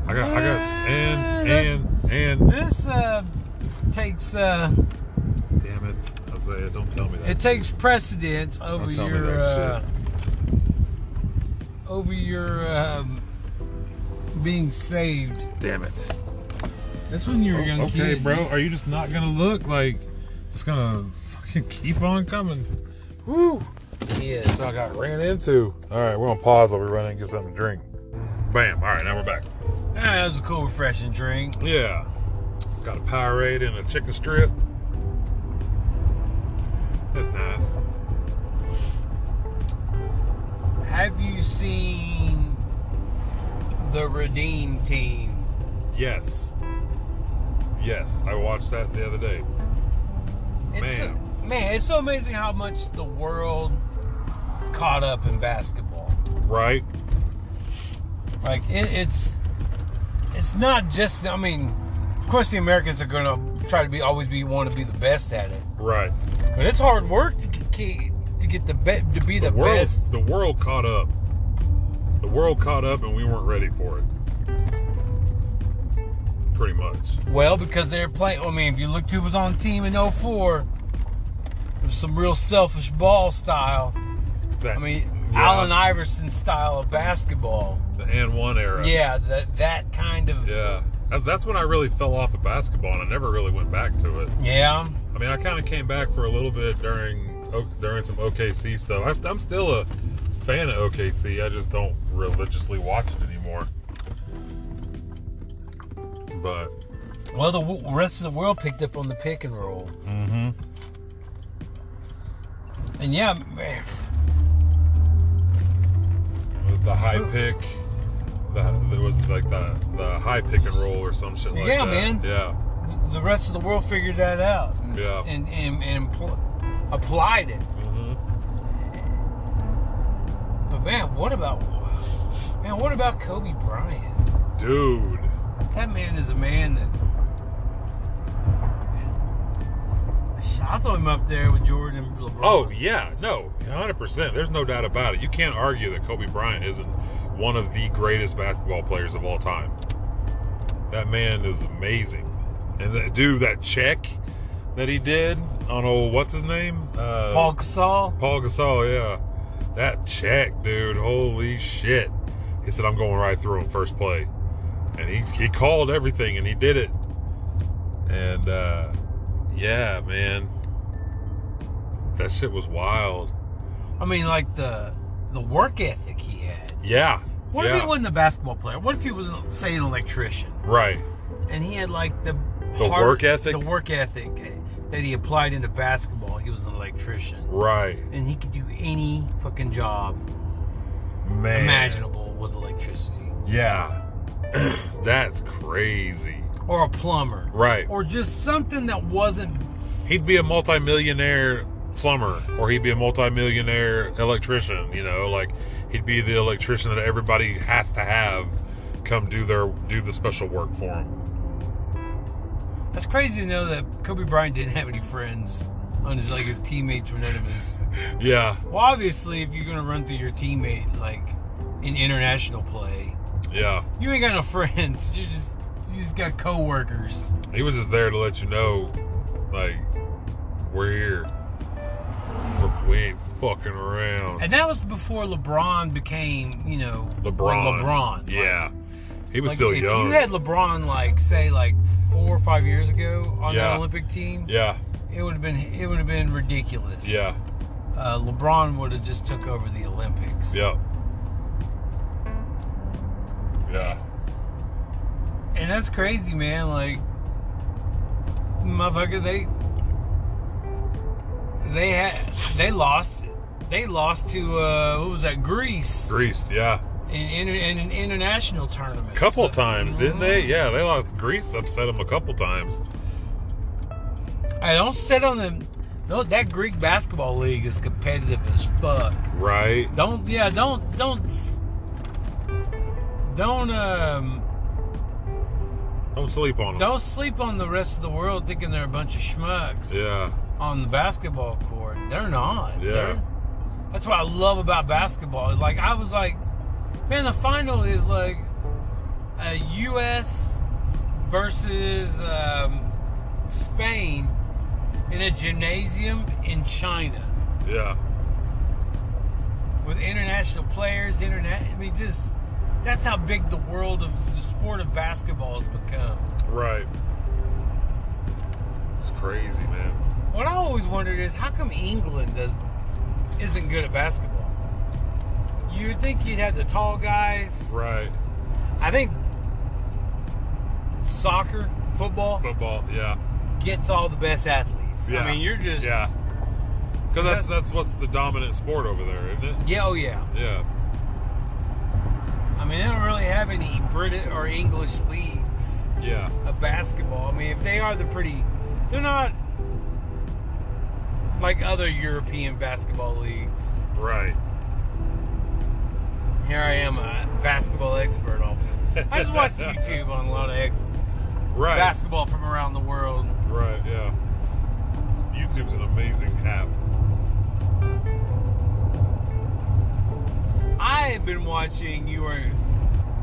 Speaker 1: I got I got and and and
Speaker 2: This uh, takes uh,
Speaker 1: damn it. Isaiah, don't tell me that.
Speaker 2: it takes precedence over
Speaker 1: Don't tell me
Speaker 2: your uh,
Speaker 1: that
Speaker 2: over your um, being saved.
Speaker 1: damn it.
Speaker 2: That's when you were a young
Speaker 1: okay,
Speaker 2: kid.
Speaker 1: bro. Are you just not gonna look like just gonna fucking keep on coming?
Speaker 2: Woo. Yes.
Speaker 1: I got ran into. Alright, we're gonna pause while we run in and get something to drink. Bam. Alright, now we're back.
Speaker 2: Yeah, Ah, that was a cool, refreshing drink.
Speaker 1: Yeah. Got a Powerade and a chicken strip. That's nice.
Speaker 2: Have you seen the Redeem Team?
Speaker 1: Yes. Yes, I watched that the other day.
Speaker 2: It's so-
Speaker 1: Man.
Speaker 2: man, it's so amazing how much the world caught up in basketball.
Speaker 1: Right?
Speaker 2: Like it, it's it's not just. I mean, of course, the Americans are going to try to be always be want to be the best at it,
Speaker 1: Right.
Speaker 2: but it's hard work to get- get to get the best to be the,
Speaker 1: world
Speaker 2: best.
Speaker 1: the world caught up. The world caught up and we weren't ready for it. Pretty much.
Speaker 2: Well, because they're playing. I mean, if you look who was on the team in 04, it was some real selfish ball style.
Speaker 1: That,
Speaker 2: I mean,
Speaker 1: yeah,
Speaker 2: Allen Iverson style of basketball.
Speaker 1: the and one era.
Speaker 2: Yeah, that that kind of
Speaker 1: Yeah. That's, that's when I really fell off of basketball and I never really went back to it.
Speaker 2: yeah.
Speaker 1: I mean, I kind of came back for a little bit during O- during some OKC stuff. I, st- I'm still a fan of OKC. I just don't religiously watch it anymore. But
Speaker 2: Well, the w- rest of the world picked up on the pick and roll. Mm-hmm. And yeah, man,
Speaker 1: it was the high pick. The, there was like the the high pick and roll or some shit like
Speaker 2: Yeah,
Speaker 1: that.
Speaker 2: man.
Speaker 1: Yeah,
Speaker 2: the rest of the world figured that out and
Speaker 1: Yeah.
Speaker 2: and, and, and impl- applied it.
Speaker 1: Mhm.
Speaker 2: But man, what about man? What about Kobe Bryant?
Speaker 1: Dude.
Speaker 2: That man is a man that. I throw him up there with Jordan and LeBron.
Speaker 1: Oh yeah, no, 100. percent There's no doubt about it. You can't argue that Kobe Bryant isn't one of the greatest basketball players of all time. That man is amazing, and that dude, that check that he did on old what's his name, uh,
Speaker 2: Paul Gasol.
Speaker 1: Paul Gasol, yeah, that check, dude. Holy shit! He said, "I'm going right through him first play," and he he called everything, and he did it. And uh, yeah, man, that shit was wild.
Speaker 2: I mean, like the the work ethic he had.
Speaker 1: Yeah.
Speaker 2: What if
Speaker 1: Yeah.
Speaker 2: he wasn't a basketball player? What if he was, say, an electrician,
Speaker 1: Right.
Speaker 2: and he had like the
Speaker 1: The work ethic?
Speaker 2: the work ethic eh, that he applied into basketball. He was an electrician,
Speaker 1: Right.
Speaker 2: and he could do any fucking job
Speaker 1: Man.
Speaker 2: imaginable with electricity,
Speaker 1: Yeah. That's crazy.
Speaker 2: or a plumber,
Speaker 1: Right.
Speaker 4: or just something that wasn't
Speaker 1: He'd be a multimillionaire plumber or he'd be a multimillionaire electrician, you know, like he'd be the electrician that everybody has to have come do their do the special work for him.
Speaker 2: That's crazy to know that Kobe Bryant didn't have any friends. On his like his teammates were none of his.
Speaker 1: Yeah.
Speaker 2: Well, obviously, if you're gonna run through your teammate like in international play,
Speaker 1: Yeah.
Speaker 2: you ain't got no friends. You just you just got coworkers.
Speaker 1: He was just there to let you know like we're here. We're- We ain't fucking around.
Speaker 2: And that was before LeBron became you know like
Speaker 1: LeBron.
Speaker 2: LeBron. Like-
Speaker 1: Yeah. He was
Speaker 2: like,
Speaker 1: still
Speaker 2: if
Speaker 1: young.
Speaker 2: you had LeBron like say like four or five years ago on
Speaker 1: Yeah.
Speaker 2: that Olympic team,
Speaker 1: yeah.
Speaker 2: it would have been it would have been ridiculous.
Speaker 1: Yeah.
Speaker 2: uh, LeBron would have just took over the Olympics.
Speaker 1: Yeah. Yeah.
Speaker 2: And that's crazy, man. Like, motherfucker, they they had they lost they lost to uh what was that Greece
Speaker 1: Greece, yeah.
Speaker 2: in, in, in an international tournament.
Speaker 1: Couple
Speaker 2: So- mm-hmm.
Speaker 1: times, didn't they? Yeah, they lost. Greece upset them a couple times.
Speaker 2: I don't sit on them. No, that Greek basketball league is competitive as fuck.
Speaker 1: Right.
Speaker 2: Don't yeah, don't don't s- don't um
Speaker 1: Don't sleep on them.
Speaker 2: don't sleep on the rest of the world thinking they're a bunch of schmucks.
Speaker 1: Yeah.
Speaker 2: on the basketball court. They're not.
Speaker 1: Yeah.
Speaker 2: They're- that's what I love about basketball. Like I was like, man, the final is like a U.S. versus um, Spain in a gymnasium in China
Speaker 1: Yeah.
Speaker 2: with international players. Internet. I mean, just that's how big the world of the sport of basketball has become.
Speaker 1: Right. It's crazy, man.
Speaker 2: What I always wondered is how come England does isn't good at basketball? You'd think you'd have the tall guys.
Speaker 1: Right.
Speaker 2: I think soccer, football
Speaker 1: Football, yeah.
Speaker 2: gets all the best athletes.
Speaker 1: yeah.
Speaker 2: I mean, you're just
Speaker 1: Yeah. Because that's that's what's the dominant sport over there, isn't it?
Speaker 2: Yeah, oh yeah.
Speaker 1: Yeah.
Speaker 2: I mean, they don't really have any British or English leagues
Speaker 1: Yeah.
Speaker 2: of basketball. I mean, if they are, they're pretty. They're not like other European basketball leagues.
Speaker 1: Right.
Speaker 2: Here I am, a basketball expert. All of a sudden. I just watch YouTube on a lot of ex-
Speaker 1: Right.
Speaker 2: basketball from around the world.
Speaker 1: Right, yeah. YouTube's an amazing app.
Speaker 2: I have been watching your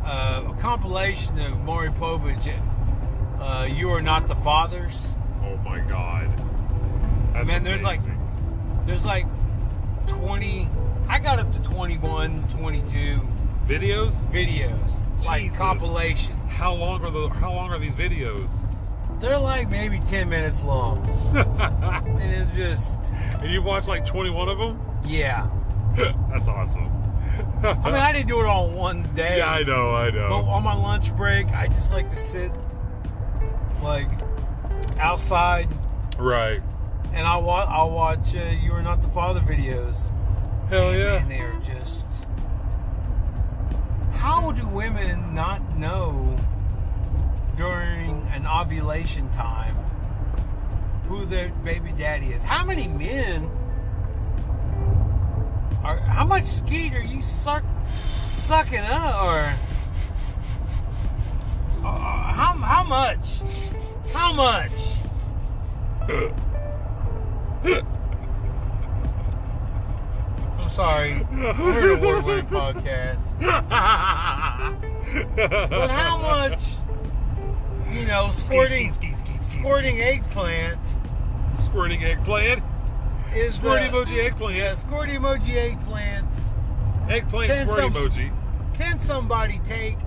Speaker 2: uh, a compilation of Maury Povich. Uh, you are not the fathers.
Speaker 1: Oh my god. That's
Speaker 2: Man, there's like-
Speaker 1: amazing.
Speaker 2: There's like 20. I got up to 21, 22
Speaker 1: videos?
Speaker 2: videos, like
Speaker 1: Jesus.
Speaker 2: compilations.
Speaker 1: How long are the how long are these videos?
Speaker 2: They're like maybe 10 minutes long,
Speaker 1: and
Speaker 2: and it's just
Speaker 1: you've watched like 21 of them?
Speaker 2: yeah.
Speaker 1: That's awesome.
Speaker 2: I mean, I didn't do it all in one day.
Speaker 1: yeah, I know, I know.
Speaker 2: But on my lunch break, I just like to sit like outside
Speaker 1: right.
Speaker 2: and I'll watch I'll watch uh, You Are Not the Father videos.
Speaker 1: Hell
Speaker 2: And
Speaker 1: yeah.
Speaker 2: they are just How do women not know during an ovulation time who their baby daddy is? How many men are how much skeet are you suck sucking up or uh, how, how much? How much? I'm sorry. We're an award-winning podcast. But how much, you know, squirting, squirting eggplant
Speaker 1: Squirting eggplant.
Speaker 2: is
Speaker 1: Squirty
Speaker 2: uh,
Speaker 1: emoji
Speaker 2: yeah,
Speaker 1: eggplant.
Speaker 2: squirting emoji eggplants.
Speaker 1: Eggplant
Speaker 2: Can
Speaker 1: squirt
Speaker 2: some-
Speaker 1: emoji.
Speaker 2: Can somebody take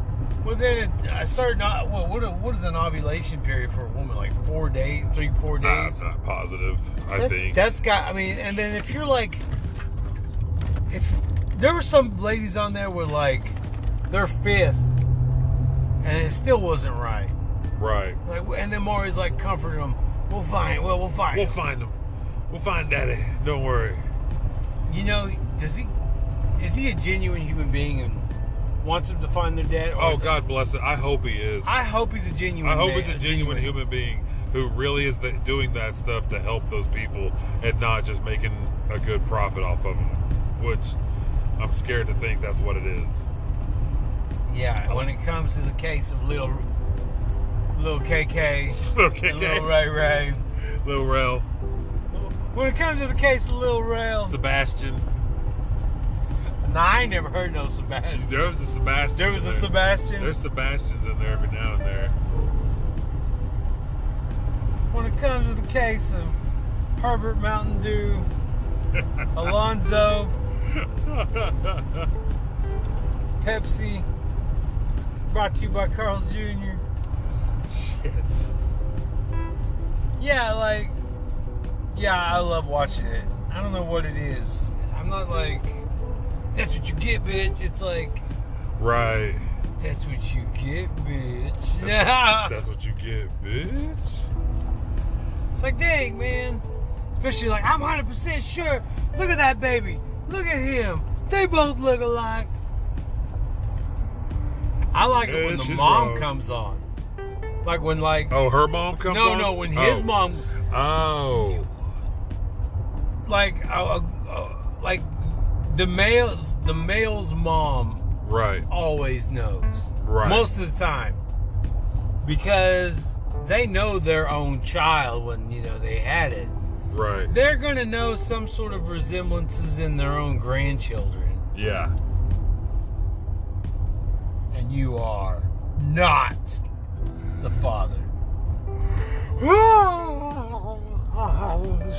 Speaker 2: within a, a certain o- well, what what is an ovulation period for a woman? Like four days, three four days.
Speaker 1: Nah, it's not positive, I
Speaker 2: That-
Speaker 1: think.
Speaker 2: That's got. I mean, and then if you're like, if there were some ladies on there were like, They're fifth, and it still wasn't right.
Speaker 1: Right.
Speaker 2: Like, and then Mario's like comforting him. We'll find. Well, we'll find.
Speaker 1: We'll
Speaker 2: him."
Speaker 1: find him. We'll find Daddy. Don't worry.
Speaker 2: You know, does he? Is he a genuine human being and wants him to find their dad? or
Speaker 1: Oh
Speaker 2: is it-
Speaker 1: God bless it. I hope he is.
Speaker 2: I hope he's a genuine.
Speaker 1: I hope
Speaker 2: man-
Speaker 1: it's a genuine human being who really is the, doing that stuff to help those people and not just making a good profit off of them, which I'm scared to think that's what it is.
Speaker 2: Yeah, when it comes to the case of little, little KK,
Speaker 1: Okay,
Speaker 2: and little Ray Ray.
Speaker 1: Lil Rel,
Speaker 2: When it comes to the case of Lil Rail,
Speaker 1: Sebastian.
Speaker 2: nah, I ain't never heard no Sebastian.
Speaker 1: There was a Sebastian.
Speaker 2: There was
Speaker 1: in
Speaker 2: a Sebastian.
Speaker 1: There's Sebastians in there every now and there.
Speaker 2: When it comes to the case of Herbert Mountain Dew, Alonzo, Pepsi, brought to you by Carl's Jr.
Speaker 1: Shit.
Speaker 2: Yeah, like, yeah, I love watching it. I don't know what it is. I'm not like, that's what you get, bitch. It's like,
Speaker 1: Right.
Speaker 2: that's what you get, bitch. Yeah.
Speaker 1: That's what you get, bitch.
Speaker 2: It's like, dang, man. Especially like, I'm 100% sure. Look at that baby. Look at him. They both look alike. I like it
Speaker 1: Yeah,
Speaker 2: when the
Speaker 1: she's
Speaker 2: mom
Speaker 1: wrong.
Speaker 2: comes on. Like when like
Speaker 1: Oh, her mom comes.
Speaker 2: no
Speaker 1: on?
Speaker 2: no when his
Speaker 1: Oh.
Speaker 2: mom
Speaker 1: Oh.
Speaker 2: like uh, uh, uh, like the male the male's mom
Speaker 1: Right.
Speaker 2: always knows
Speaker 1: Right.
Speaker 2: most of the time because they know their own child when you know they had it.
Speaker 1: Right.
Speaker 2: they're gonna know some sort of resemblances in their own grandchildren,
Speaker 1: Yeah.
Speaker 2: and you are not the father.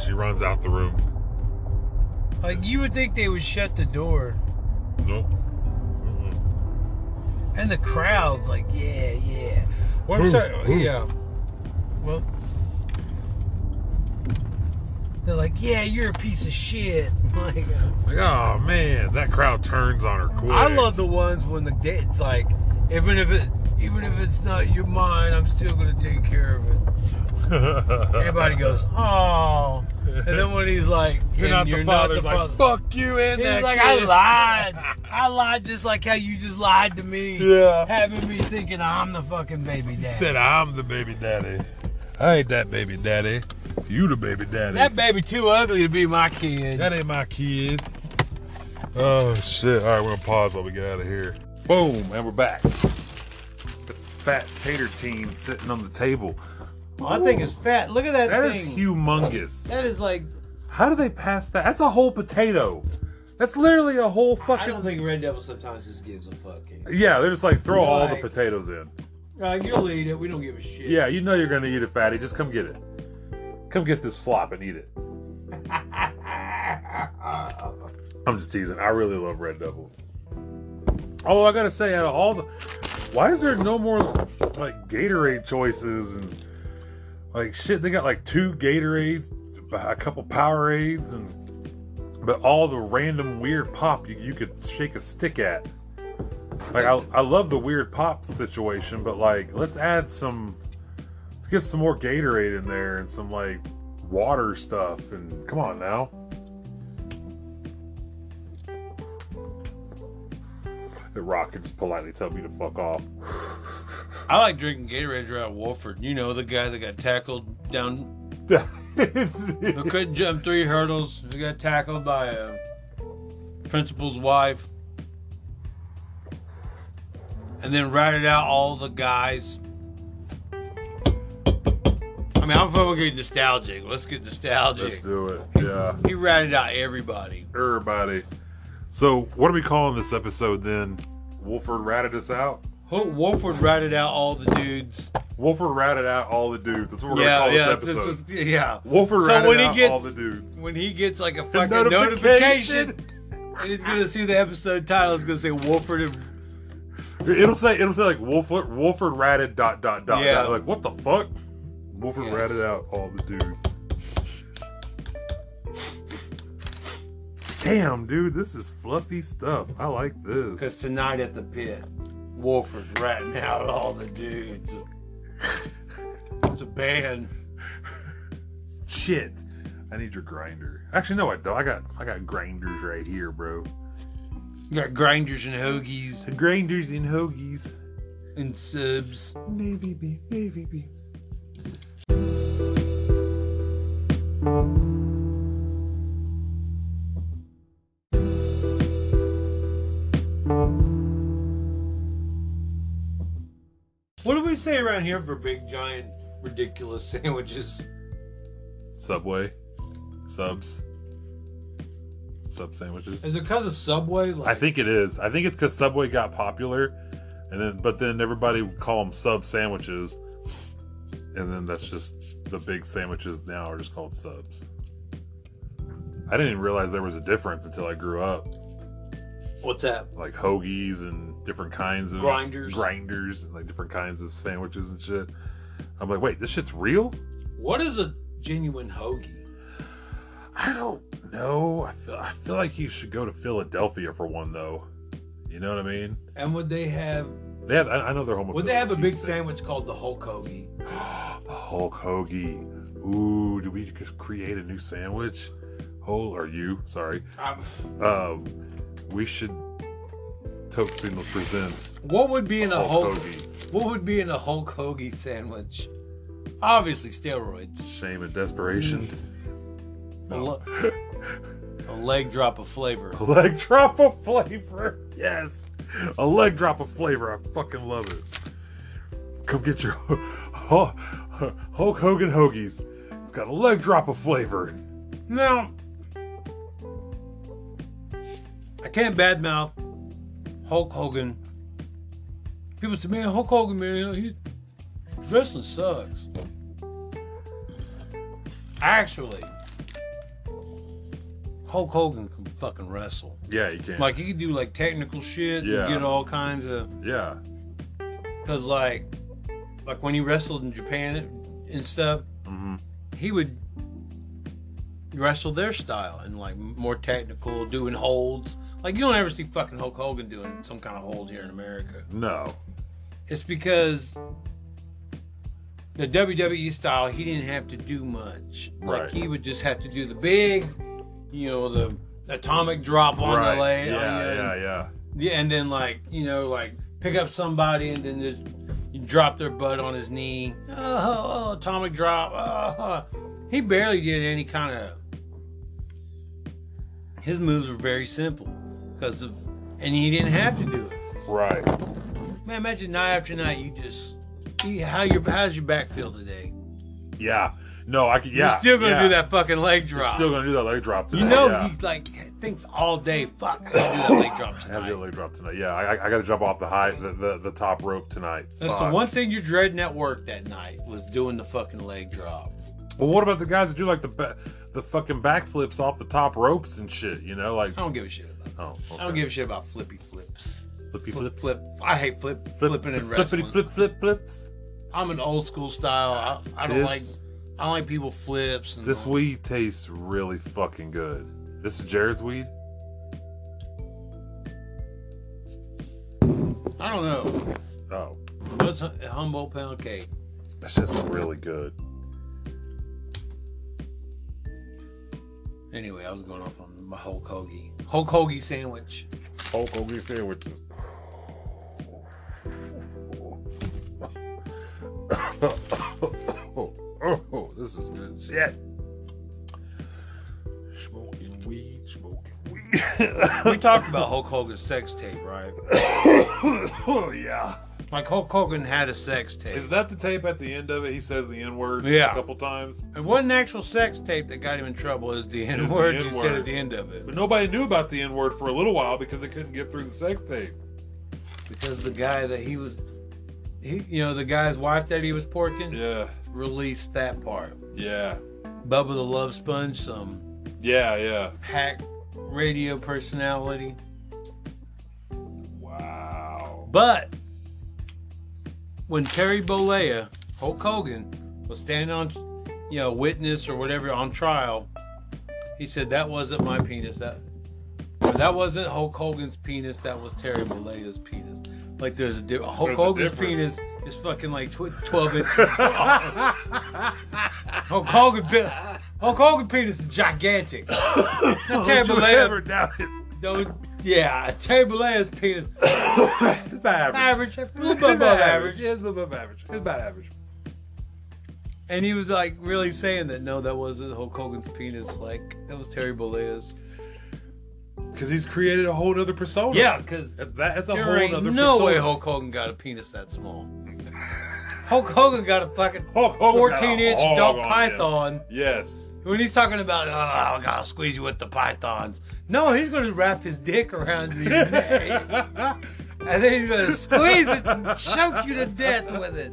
Speaker 1: She runs out the room.
Speaker 2: Like you would think they would shut the door,
Speaker 1: Nope. Mm-mm.
Speaker 2: and the crowd's like, yeah, yeah. What
Speaker 1: Ooh,
Speaker 2: I'm
Speaker 1: ooh.
Speaker 2: sorry, yeah. Well, they're like, yeah, you're a piece of shit. Like, uh,
Speaker 1: Like, oh man, that crowd turns on her quick.
Speaker 2: I love the ones when the da- it's like, even if it, even if it's not your mine, I'm still gonna take care of it. Everybody goes, oh. And then when he's like,
Speaker 1: You're
Speaker 2: and
Speaker 1: not the father. Like,
Speaker 2: father."
Speaker 1: fuck you and
Speaker 2: He's
Speaker 1: that
Speaker 2: like, I
Speaker 1: kid."
Speaker 2: lied. I lied just like how you just lied to me.
Speaker 1: Yeah.
Speaker 2: Having me thinking I'm the fucking baby
Speaker 1: He
Speaker 2: dad.
Speaker 1: said I'm the baby daddy. I ain't that baby daddy. You the baby daddy.
Speaker 2: that baby too ugly to be my kid.
Speaker 1: That ain't my kid. Oh shit! All right, we're gonna pause while we get out of here. Boom, and we're back. The fat tater teen sitting on the table.
Speaker 4: Oh, I think it's fat. Look at that,
Speaker 1: That is
Speaker 4: thing.
Speaker 1: humongous.
Speaker 4: That is like
Speaker 1: How do they pass that? That's a whole potato. That's literally a whole
Speaker 2: I
Speaker 1: fucking.
Speaker 2: don't think Red Devil sometimes just gives a fuck. kid.
Speaker 1: Yeah, they're just like throw all the
Speaker 2: Like-
Speaker 1: potatoes in.
Speaker 4: Uh,
Speaker 2: Like, you'll eat it. We don't give a shit.
Speaker 1: Yeah, you know you're gonna eat it, fatty. Just come get it. Come get this slop and eat it. I'm just teasing. I really love Red Devil. Oh, I gotta say, out of all the, why is there no more like Gatorade choices and like shit? They got like two Gatorades, a couple Powerades, and but all the random weird pop you, you could shake a stick at. Like I, I love the weird pop situation, but like let's add some, let's get some more Gatorade in there and some like water stuff. And come on now. The Rock can just politely tell me to fuck off.
Speaker 2: I like drinking Gatorade out of Wolford. You know, the guy that got tackled down, who couldn't jump three hurdles, who got tackled by a principal's wife, and then ratted out all the guys. I mean, I'm fucking getting nostalgic. Let's get
Speaker 1: Let's
Speaker 2: nostalgic.
Speaker 1: do it. Yeah.
Speaker 2: He ratted out everybody.
Speaker 1: Everybody. So, what are we calling this episode then? Wolford ratted us out?
Speaker 2: Who- Wolford ratted out all the dudes.
Speaker 1: Wolford ratted out all the dudes. That's what we're
Speaker 2: Yeah,
Speaker 1: going to
Speaker 2: yeah,
Speaker 1: call
Speaker 2: it's
Speaker 1: this
Speaker 2: just-
Speaker 1: episode.
Speaker 2: just- yeah.
Speaker 1: Wolford
Speaker 2: So
Speaker 1: ratted
Speaker 2: when he
Speaker 1: out
Speaker 2: gets-
Speaker 1: all the dudes.
Speaker 2: when he gets like a fucking
Speaker 1: notification.
Speaker 2: notification, and he's gonna see the episode title, it's gonna say Wolford and
Speaker 1: It'll say it'll say like Wolford Wolford ratted dot dot dot.
Speaker 2: Yeah.
Speaker 1: dot. Like what the fuck? Wolford
Speaker 2: Yes.
Speaker 1: ratted out all the dudes. damn, dude, this is fluffy stuff. I like
Speaker 6: Because
Speaker 1: this.
Speaker 6: tonight at the pit, Wolford's ratting out all the dudes. It's a band.
Speaker 1: Shit. I need your grinder. Actually, no, I don't. I got I got grinders right here, bro.
Speaker 6: You got grinders and hoagies
Speaker 1: Grinders and hoagies.
Speaker 6: and subs.
Speaker 1: Navy beef, navy beef.
Speaker 6: What do we say around here for big, giant, ridiculous sandwiches?
Speaker 1: Subway. Subs. Sub sandwiches.
Speaker 6: Is it because of Subway? Like,
Speaker 1: I think it is. I think it's because Subway got popular, and then but then everybody would call them sub sandwiches, and then that's just the big sandwiches now are just called subs. I didn't even realize there was a difference until I grew up.
Speaker 6: What's that?
Speaker 1: Like hoagies and different kinds of
Speaker 6: Grinders.
Speaker 1: grinders, and like different kinds of sandwiches and shit. I'm like, wait, this shit's real?
Speaker 6: What is a genuine hoagie?
Speaker 1: I don't know. I feel I feel like you should go to Philadelphia for one though. You know what I mean?
Speaker 6: And would they have?
Speaker 1: They have, I I know they're home. with
Speaker 6: Would they
Speaker 1: Philly
Speaker 6: have a big
Speaker 1: cheesesteak.
Speaker 6: sandwich called the Hulk hoagie?
Speaker 1: The Hulk Hoagie. Ooh, do we just create a new sandwich? Hole or you? Sorry.
Speaker 6: I'm,
Speaker 1: Um, we should. Toke Signal presents
Speaker 6: what would be in a
Speaker 1: Hulk
Speaker 6: Hulk?
Speaker 1: Hoagie.
Speaker 6: What would be in a Hulk hoagie sandwich? Obviously steroids.
Speaker 1: Shame and desperation.
Speaker 6: A, le- a leg drop of flavor.
Speaker 1: A leg drop of flavor. Yes. A leg drop of flavor. I fucking love it. Come get your Hulk Hulk Hogan Hoagies. It's got a leg drop of flavor.
Speaker 2: Now,
Speaker 6: I can't badmouth.
Speaker 2: Hulk Hogan. People say, man, Hulk Hogan, man, he's wrestling sucks.
Speaker 6: Actually,
Speaker 2: Hulk Hogan can fucking wrestle.
Speaker 1: Yeah, you can.
Speaker 2: Like he could do like technical shit.
Speaker 1: Yeah.
Speaker 2: And get all kinds of
Speaker 1: yeah.
Speaker 2: because like like when he wrestled in Japan and stuff,
Speaker 1: Mhm.
Speaker 2: he would wrestle their style and like more technical, doing holds. Like you don't ever see fucking Hulk Hogan doing some kind of hold here in America.
Speaker 1: No.
Speaker 2: It's because the WWE style, he didn't have to do much.
Speaker 1: Right.
Speaker 2: Like he would just have to do the big, you know, the atomic drop on
Speaker 1: right.
Speaker 2: the leg, on
Speaker 1: yeah,
Speaker 2: the-
Speaker 1: yeah, yeah.
Speaker 2: yeah, and then like you know, like pick up somebody and then just you drop their butt on his knee. Oh, oh, oh, atomic drop. Oh, oh. He barely did any kind of. His moves were very simple, because of, and he didn't have to do it.
Speaker 1: Right.
Speaker 2: Man, imagine night after night you just. you- How your how's your back feel today?
Speaker 1: Yeah. No, I could. Yeah.
Speaker 2: You're still gonna
Speaker 1: yeah.
Speaker 2: do that fucking leg
Speaker 1: You're
Speaker 2: drop.
Speaker 1: still gonna do that leg drop today.
Speaker 2: you know
Speaker 1: yeah.
Speaker 2: he like thinks all day. Fuck, I gotta do that leg drop
Speaker 1: I gotta do a
Speaker 2: tonight.
Speaker 1: leg drop tonight. Yeah, I, I- I gotta jump off the high, the, the, the top rope tonight.
Speaker 2: That's the
Speaker 1: Fuck.
Speaker 2: one thing you're dreading at work that night was doing the fucking leg drop.
Speaker 1: Well, what about the guys that do like the ba- the fucking backflips off the top ropes and shit? You know, like
Speaker 2: I don't give a shit about. That.
Speaker 1: oh, okay.
Speaker 2: I don't give a shit about flippy flips.
Speaker 1: flippy
Speaker 2: Flip, flip.
Speaker 1: flips.
Speaker 2: I hate flip,
Speaker 1: Flip-
Speaker 2: flipping and
Speaker 1: flippity
Speaker 2: wrestling.
Speaker 1: flip flip flips.
Speaker 2: I'm an old school style. I, I don't
Speaker 1: This-
Speaker 2: like. I don't like people flips. And
Speaker 1: This
Speaker 2: all.
Speaker 1: weed tastes really fucking good. This is Jared's weed.
Speaker 2: I don't know.
Speaker 1: Oh,
Speaker 2: What's a a Humboldt pound cake?
Speaker 1: that's just really good.
Speaker 2: Anyway, I was going off on my Hulk Hoagie. Hulk Hoagie sandwich.
Speaker 1: Hulk Hogan sandwiches. oh, this is good shit. Smoking weed, smoking weed.
Speaker 2: We talked about.
Speaker 6: about Hulk Hogan's sex tape, right?
Speaker 1: oh yeah.
Speaker 2: Like Hulk Hogan had a sex tape.
Speaker 1: Is that the tape at the end of it? He says the N word
Speaker 2: Yeah.
Speaker 1: a couple times,
Speaker 2: It wasn't actual sex tape that got him in trouble. Is the N
Speaker 1: the
Speaker 2: word you
Speaker 1: N-word.
Speaker 2: said at the end of it?
Speaker 1: but nobody knew about the N word for a little while because they couldn't get through the sex tape.
Speaker 2: Because the guy that he was, he you know the guy's wife that he was porking
Speaker 1: Yeah,
Speaker 2: released that part.
Speaker 1: yeah,
Speaker 2: Bubba the Love Sponge, some
Speaker 1: yeah, yeah.
Speaker 2: hack radio personality.
Speaker 1: Wow.
Speaker 2: But when Terry Bollea, Hulk Hogan, was standing on, you know, witness or whatever on trial, he said that wasn't my penis. That But that wasn't Hulk Hogan's penis. That was Terry Bolleta's penis. Like there's a di- Hulk
Speaker 1: There's a
Speaker 2: Hogan's
Speaker 1: difference.
Speaker 2: penis is fucking like tw- twelve inches. Hulk Hogan, bi- Hulk Hogan penis is gigantic. Now, Terry
Speaker 1: Don't you ever
Speaker 2: Bolleta,
Speaker 1: doubt it.
Speaker 2: don't- yeah, Terry Bolleta's penis
Speaker 1: It's about
Speaker 2: average,
Speaker 1: average.
Speaker 2: a little
Speaker 1: It's
Speaker 2: bit
Speaker 1: about
Speaker 2: above
Speaker 1: average.
Speaker 2: average.
Speaker 1: It's a little bit above average. It's about average.
Speaker 2: And he was like really saying that no, that wasn't Hulk Hogan's penis. Like that was Terry Bolleta's.
Speaker 1: Because he's created a whole other persona.
Speaker 2: Yeah, because
Speaker 1: That, that's a
Speaker 2: there
Speaker 1: whole
Speaker 2: ain't
Speaker 1: other
Speaker 2: no
Speaker 1: persona.
Speaker 2: way Hulk Hogan got a penis that small. Hulk Hogan got a fucking
Speaker 1: Hulk Hogan's got a
Speaker 2: 14 inch
Speaker 1: hog
Speaker 2: adult
Speaker 1: on him.
Speaker 2: python.
Speaker 1: Yes.
Speaker 2: When he's talking about, oh, I gotta squeeze you with the pythons. No, he's gonna wrap his dick around your neck. and then he's gonna squeeze it and choke you to death with it.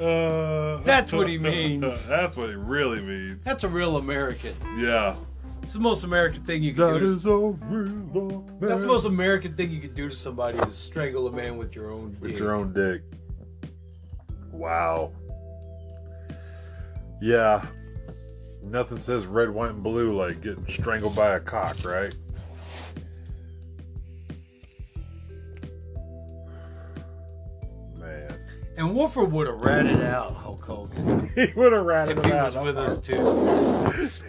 Speaker 1: Uh,
Speaker 2: That's what he means.
Speaker 1: that's what he really means.
Speaker 2: That's a real American.
Speaker 1: Yeah.
Speaker 2: It's the most American thing you can do. to-
Speaker 1: a real
Speaker 2: That's the most American thing you could do to somebody is strangle a man with your own
Speaker 1: with
Speaker 2: dick.
Speaker 1: your own dick. Wow. Yeah. Nothing says red, white, and blue like getting strangled by a cock, right? Man.
Speaker 2: And Wolford would have ratted out Hulk Hogan
Speaker 1: He would have ratted
Speaker 2: if he was with us too.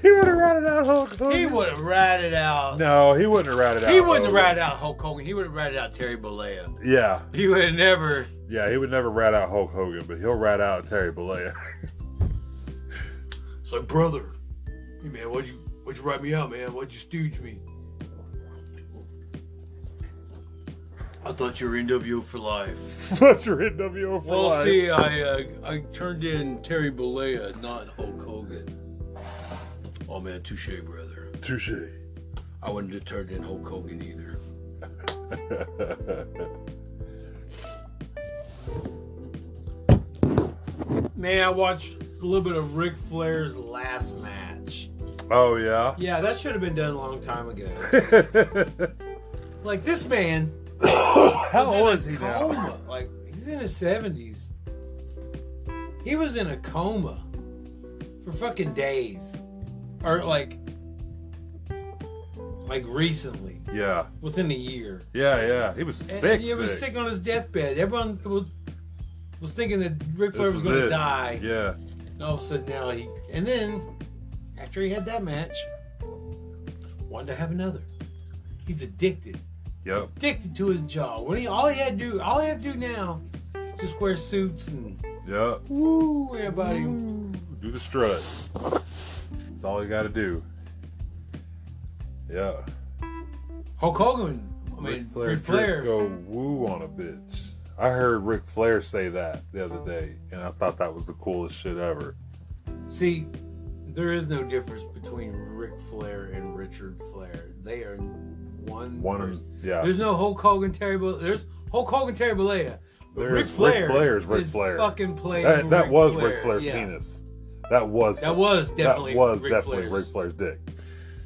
Speaker 1: He would have ratted out Hulk Hogan.
Speaker 2: He would have ratted out.
Speaker 1: No, he wouldn't have ratted out.
Speaker 2: He wouldn't have
Speaker 1: Hogan.
Speaker 2: ratted out Hulk Hogan. He would have ratted out Terry Bollea.
Speaker 1: Yeah,
Speaker 2: He would have never.
Speaker 1: yeah, he would never rat out Hulk Hogan, but he'll rat out Terry Bollea.
Speaker 2: It's like, brother, hey, man, why'd you why'd you write me out, man? Why'd you stooge me? I thought you were NWO for life.
Speaker 1: That's your NWO for
Speaker 2: Well,
Speaker 1: life.
Speaker 2: see, I uh, I turned in Terry Bollea, not Hulk Hogan. Oh man, touche, brother.
Speaker 1: Touche.
Speaker 2: I wouldn't have turned in Hulk Hogan either. Man, I watched a little bit of Ric Flair's last match.
Speaker 1: Oh yeah.
Speaker 2: Yeah, that should have been done a long time ago. like this man,
Speaker 1: How
Speaker 2: was
Speaker 1: old
Speaker 2: in
Speaker 1: is
Speaker 2: a
Speaker 1: he
Speaker 2: coma.
Speaker 1: now?
Speaker 2: Like he's in his seventies. He was in a coma for fucking days, or like, like recently,
Speaker 1: Yeah,
Speaker 2: within a year.
Speaker 1: yeah, yeah. He was
Speaker 2: And-
Speaker 1: sick.
Speaker 2: and he was
Speaker 1: sick.
Speaker 2: sick on his deathbed. Everyone was, was thinking that Ric
Speaker 1: This
Speaker 2: Flair was, going to
Speaker 1: it.
Speaker 2: die.
Speaker 1: Yeah.
Speaker 2: And all of a sudden now he, and then after he had that match, wanted to have another. He's addicted
Speaker 1: Yep.
Speaker 2: addicted to his job. When he all he had to do, all he had to do now, is just wear suits and
Speaker 1: Yep.
Speaker 2: woo everybody.
Speaker 1: Do the strut. That's all you got to do. Yeah.
Speaker 2: Hulk Hogan, I mean,
Speaker 1: Ric
Speaker 2: Ric
Speaker 1: Flair
Speaker 2: Flair.
Speaker 1: could go woo on a bitch. I heard Ric Flair say that the other day, and I thought that was the coolest shit ever.
Speaker 2: See, there is no difference between Ric Flair and Richard Flair. They are one.
Speaker 1: One of
Speaker 2: person.
Speaker 1: yeah.
Speaker 2: There's no Hulk Hogan, Terry. Bollea. There's Hulk Hogan, Terry Bollea. But
Speaker 1: There
Speaker 2: Ric
Speaker 1: is Ric
Speaker 2: Flair
Speaker 1: Flair's Ric
Speaker 2: is
Speaker 1: Flair.
Speaker 2: Fucking playing.
Speaker 1: that, that
Speaker 2: Ric
Speaker 1: was
Speaker 2: Flair.
Speaker 1: Ric Flair's
Speaker 2: Yeah.
Speaker 1: penis. That was
Speaker 2: That was definitely
Speaker 1: that was
Speaker 2: Ric
Speaker 1: definitely
Speaker 2: Flair's.
Speaker 1: Ric Flair's dick.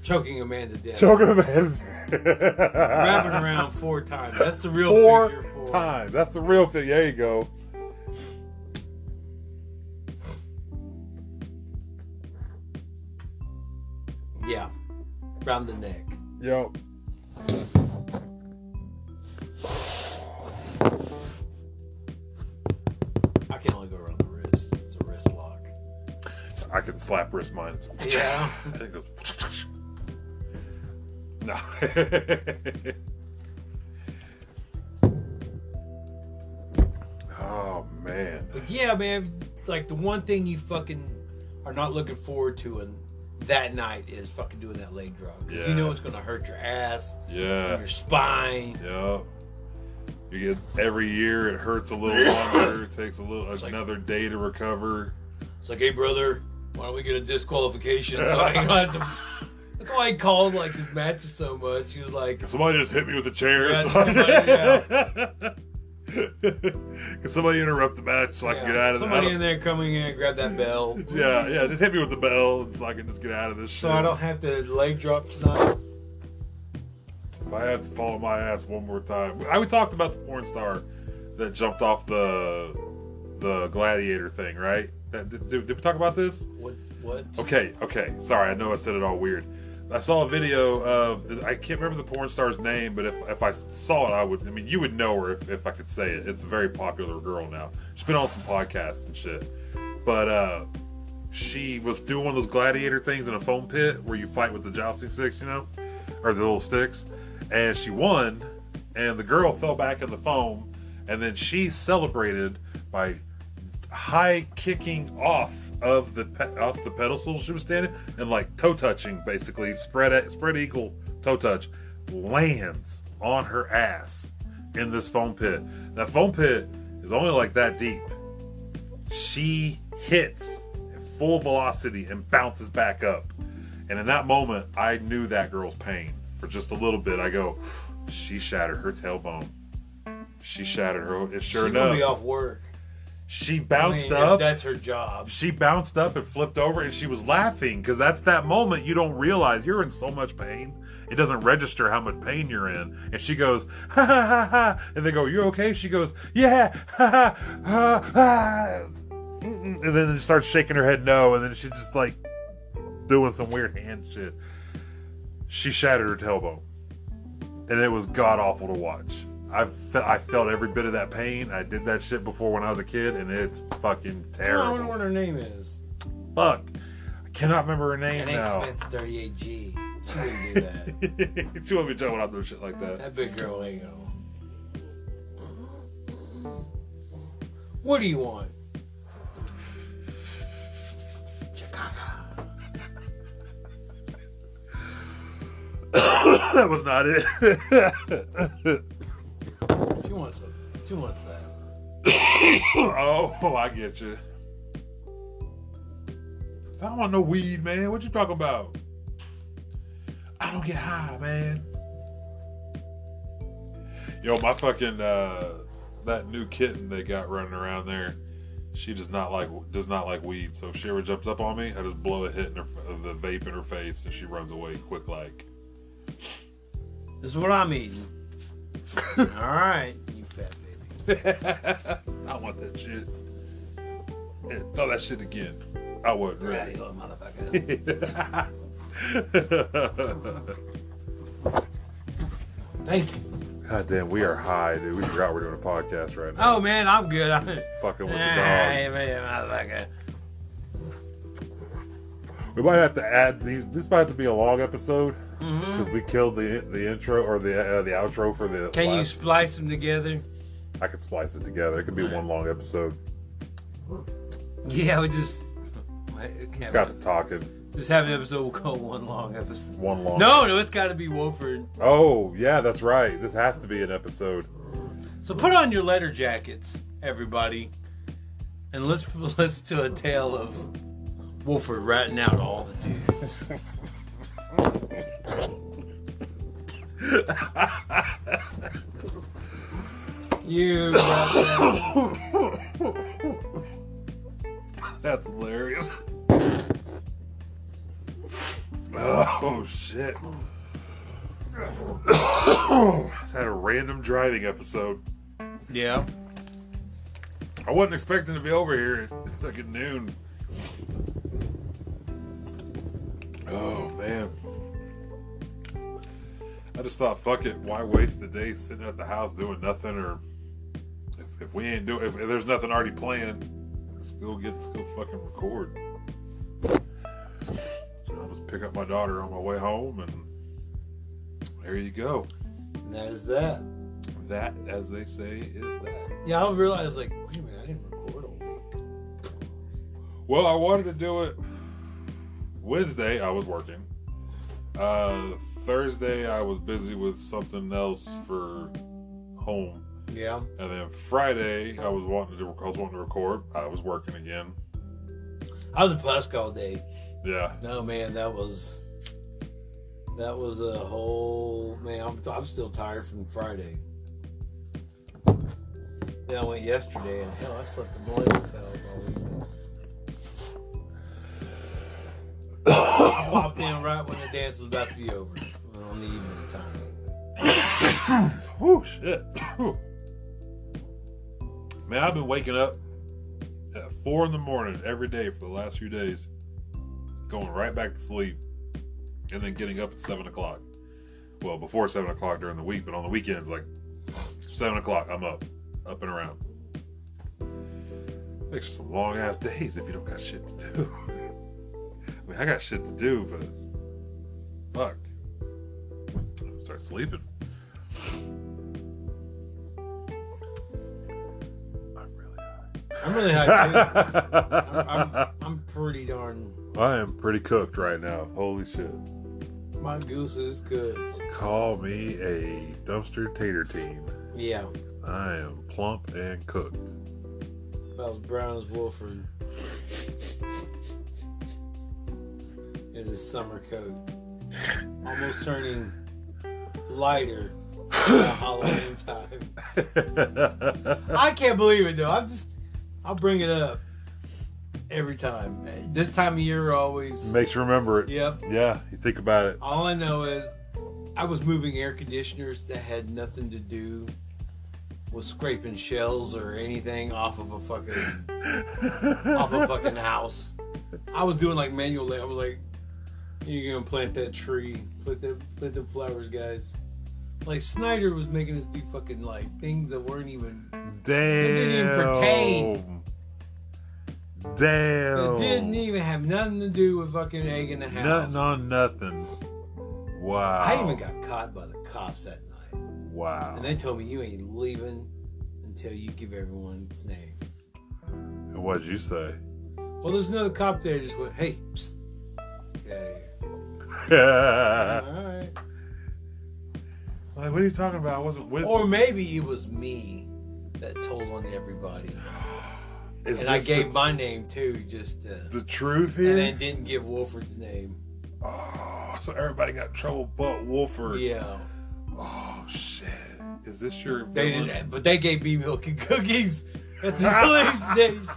Speaker 2: Choking a man to death.
Speaker 1: Choking him in.
Speaker 2: Wrapping around four times. That's the real
Speaker 1: four
Speaker 2: figure four.
Speaker 1: times. That's the real thing. There you go.
Speaker 2: Yeah, round the neck.
Speaker 1: Yo.
Speaker 2: I can only go around the wrist. It's a wrist lock.
Speaker 1: I can slap wrist mines.
Speaker 2: Yeah.
Speaker 1: I think it goes. No. oh man.
Speaker 2: But yeah, man, like the one thing you fucking are not looking forward to in that night is fucking doing that leg drop. Because
Speaker 1: Yeah.
Speaker 2: you know it's going to hurt your ass,
Speaker 1: Yeah.
Speaker 2: your spine.
Speaker 1: Yep. You get every year it hurts a little longer, it takes a little
Speaker 2: like-
Speaker 1: another day to recover.
Speaker 2: It's like, hey, brother, why don't we get a disqualification? So I ain't gonna have to- That's why he called like his matches so much. He was like,
Speaker 1: Somebody just hit me with a chair.
Speaker 2: Yeah,
Speaker 1: so-
Speaker 2: somebody-
Speaker 1: Can somebody interrupt the match so I can
Speaker 2: yeah,
Speaker 1: get out of
Speaker 2: somebody
Speaker 1: the
Speaker 2: in there coming in and grab that bell.
Speaker 1: Yeah, yeah, just hit me with the bell so I can just get out of this
Speaker 2: So
Speaker 1: shit.
Speaker 2: I don't have to leg drop tonight.
Speaker 1: If I have to follow my ass one more time. I we talked about the porn star that jumped off the the gladiator thing, right? That, did, did we talk about this?
Speaker 2: What? What?
Speaker 1: Okay, okay. Sorry, I know I said it all weird. I saw a video of I can't remember the porn star's name, but if, if I saw it, I would. I mean, you would know her if, if I could say it. It's a very popular girl now. She's been on some podcasts and shit. But uh, she was doing one of those gladiator things in a foam pit where you fight with the jousting sticks, you know, or the little sticks. And she won, and the girl fell back in the foam, and then she celebrated by high kicking off of the pe- off the pedestal she was standing and like toe touching basically spread spread eagle toe touch lands on her ass in this foam pit. That foam pit is only like that deep. She hits at full velocity and bounces back up. And in that moment, I knew that girl's pain for just a little bit. I go, she shattered her tailbone. She shattered her. It sure
Speaker 2: She's
Speaker 1: enough.
Speaker 2: gonna be off work.
Speaker 1: She
Speaker 2: I
Speaker 1: bounced
Speaker 2: mean, if
Speaker 1: up.
Speaker 2: That's her job.
Speaker 1: She bounced up and flipped over, and she was laughing because that's that moment you don't realize you're in so much pain. It doesn't register how much pain you're in. And she goes, ha ha ha ha. And they go, You okay? She goes, Yeah, ha ha ha ha. Mm-mm. And then she starts shaking her head no. And then she's just like doing some weird hand shit. She shattered her tailbone. And it was god awful to watch. I, fe- I felt every bit of that pain. I did that shit before when I was a kid, and it's fucking
Speaker 2: I
Speaker 1: terrible
Speaker 2: wonder what her name is.
Speaker 1: fuck. I cannot remember her name
Speaker 2: It ain't
Speaker 1: now.
Speaker 2: Smith 38G. She wouldn't do that.
Speaker 1: she won't be jumping out doing shit like that.
Speaker 2: That big girl ain't gonna. What do you want?
Speaker 1: Oh, that was not it.
Speaker 2: She wants a, She wants that.
Speaker 1: oh, I get you. I don't want no weed, man. What you talking about? I don't get high, man. Yo, my fucking uh, that new kitten they got running around there. She does not like does not like weed. So if she ever jumps up on me, I just blow a hit in her the vape in her face, and she runs away quick like.
Speaker 2: This is what I'm eating. All right, you fat baby.
Speaker 1: I want that shit. Yeah, throw that shit again. I wasn't
Speaker 2: Right,
Speaker 1: ready.
Speaker 2: you little motherfucker. Thank you.
Speaker 1: God damn, we are high, dude. We forgot we're doing a podcast right now.
Speaker 2: Oh man, I'm good. I'm
Speaker 1: Fucking with
Speaker 2: Hey, Oh, man, motherfucker.
Speaker 1: the dog. We might have to add these. This might have to be a long episode
Speaker 2: Mm-hmm.
Speaker 1: because we killed the the intro or the uh, the outro for the.
Speaker 2: Can you
Speaker 1: last-
Speaker 2: splice them together?
Speaker 1: I could splice it together. It could be one long episode.
Speaker 2: Yeah, we just. I can't-
Speaker 1: Got to talking.
Speaker 2: Just have an episode. We'll call one long episode.
Speaker 1: One long.
Speaker 2: No, no, it's got to be Wolford.
Speaker 1: Oh yeah, that's right. This has to be an episode.
Speaker 2: So put on your letter jackets, everybody, and let's listen to a tale of Wolford ratting out all the dudes.
Speaker 4: You.
Speaker 1: That's hilarious. Oh shit. Just had a random driving episode.
Speaker 2: Yeah.
Speaker 1: I wasn't expecting to be over here at like at noon. Oh man. I just thought fuck it, why waste the day sitting at the house doing nothing or if, if we ain't doing if, if there's nothing already planned, let's go get let's go fucking record. So I'll just pick up my daughter on my way home and there you go.
Speaker 2: And that is that.
Speaker 1: That as they say is that.
Speaker 2: Yeah, I realized like, wait a minute, I didn't record all week.
Speaker 1: Well, I wanted to do it Wednesday. I was working. Uh, Thursday, I was busy with something else for home,
Speaker 2: Yeah.
Speaker 1: and then Friday, I was wanting to. I was wanting to record. I was working again.
Speaker 2: I was a busk all day.
Speaker 1: Yeah,
Speaker 2: No man, that was that was a whole man. I'm, I'm still tired from Friday. Then I went yesterday, and hell, I slept the boys' house all week. I popped in right when the dance was about to be over on the evening time.
Speaker 1: Whew, shit. Whew. Man, I've been waking up at four in the morning every day for the last few days, going right back to sleep. and then getting up at seven o'clock. Well, before seven o'clock during the week, but on the weekends, like seven o'clock, I'm up, up and around. Makes for some long ass days if you don't got shit to do. I mean, I got shit to do, but fuck, I'm gonna start sleeping. I'm really
Speaker 2: I'm really high too.
Speaker 1: high.
Speaker 2: I'm, I'm pretty darn.
Speaker 1: I am pretty cooked right now. Holy shit.
Speaker 2: My goose is good.
Speaker 1: Call me a dumpster tater teen.
Speaker 2: Yeah,
Speaker 1: I am plump and cooked.
Speaker 2: about as brown as Wolford. It is summer coat, almost turning lighter. by Halloween time. I can't believe it though. I'm just, I'll bring it up every time. This time of year, always.
Speaker 1: Makes you remember it.
Speaker 2: Yep.
Speaker 1: Yeah, you think about it.
Speaker 2: All I know is I was moving air conditioners that had nothing to do with scraping shells or anything off of a fucking off a fucking house. I was doing like manual. la- I was like, "You're gonna plant that tree, plant that, plant them flowers, guys." Like Snyder was making us do fucking like things that weren't even. didn't even pertain.
Speaker 1: Damn. Damn.
Speaker 2: It didn't even have nothing to do with fucking egg in the house.
Speaker 1: Nothing on nothing. Wow.
Speaker 2: I even got caught by the cops that night.
Speaker 1: Wow.
Speaker 2: And they told me you ain't leaving until you give everyone its name.
Speaker 1: And what'd you say?
Speaker 2: Well, there's another cop there just went, hey, psst, get out of here.
Speaker 1: Uh.
Speaker 2: All right.
Speaker 1: Like, what are you talking about? I wasn't with
Speaker 2: Or maybe it was me that told on everybody.
Speaker 1: Is
Speaker 2: And I
Speaker 1: this
Speaker 2: gave my name too, just uh,
Speaker 1: the, the truth here.
Speaker 2: and then didn't give Wolford's name.
Speaker 1: Oh, so everybody got in trouble but Wolford.
Speaker 2: Yeah.
Speaker 1: Oh shit. Is this your
Speaker 2: They
Speaker 1: villain?
Speaker 2: didn't but they gave me milk and cookies at the police station.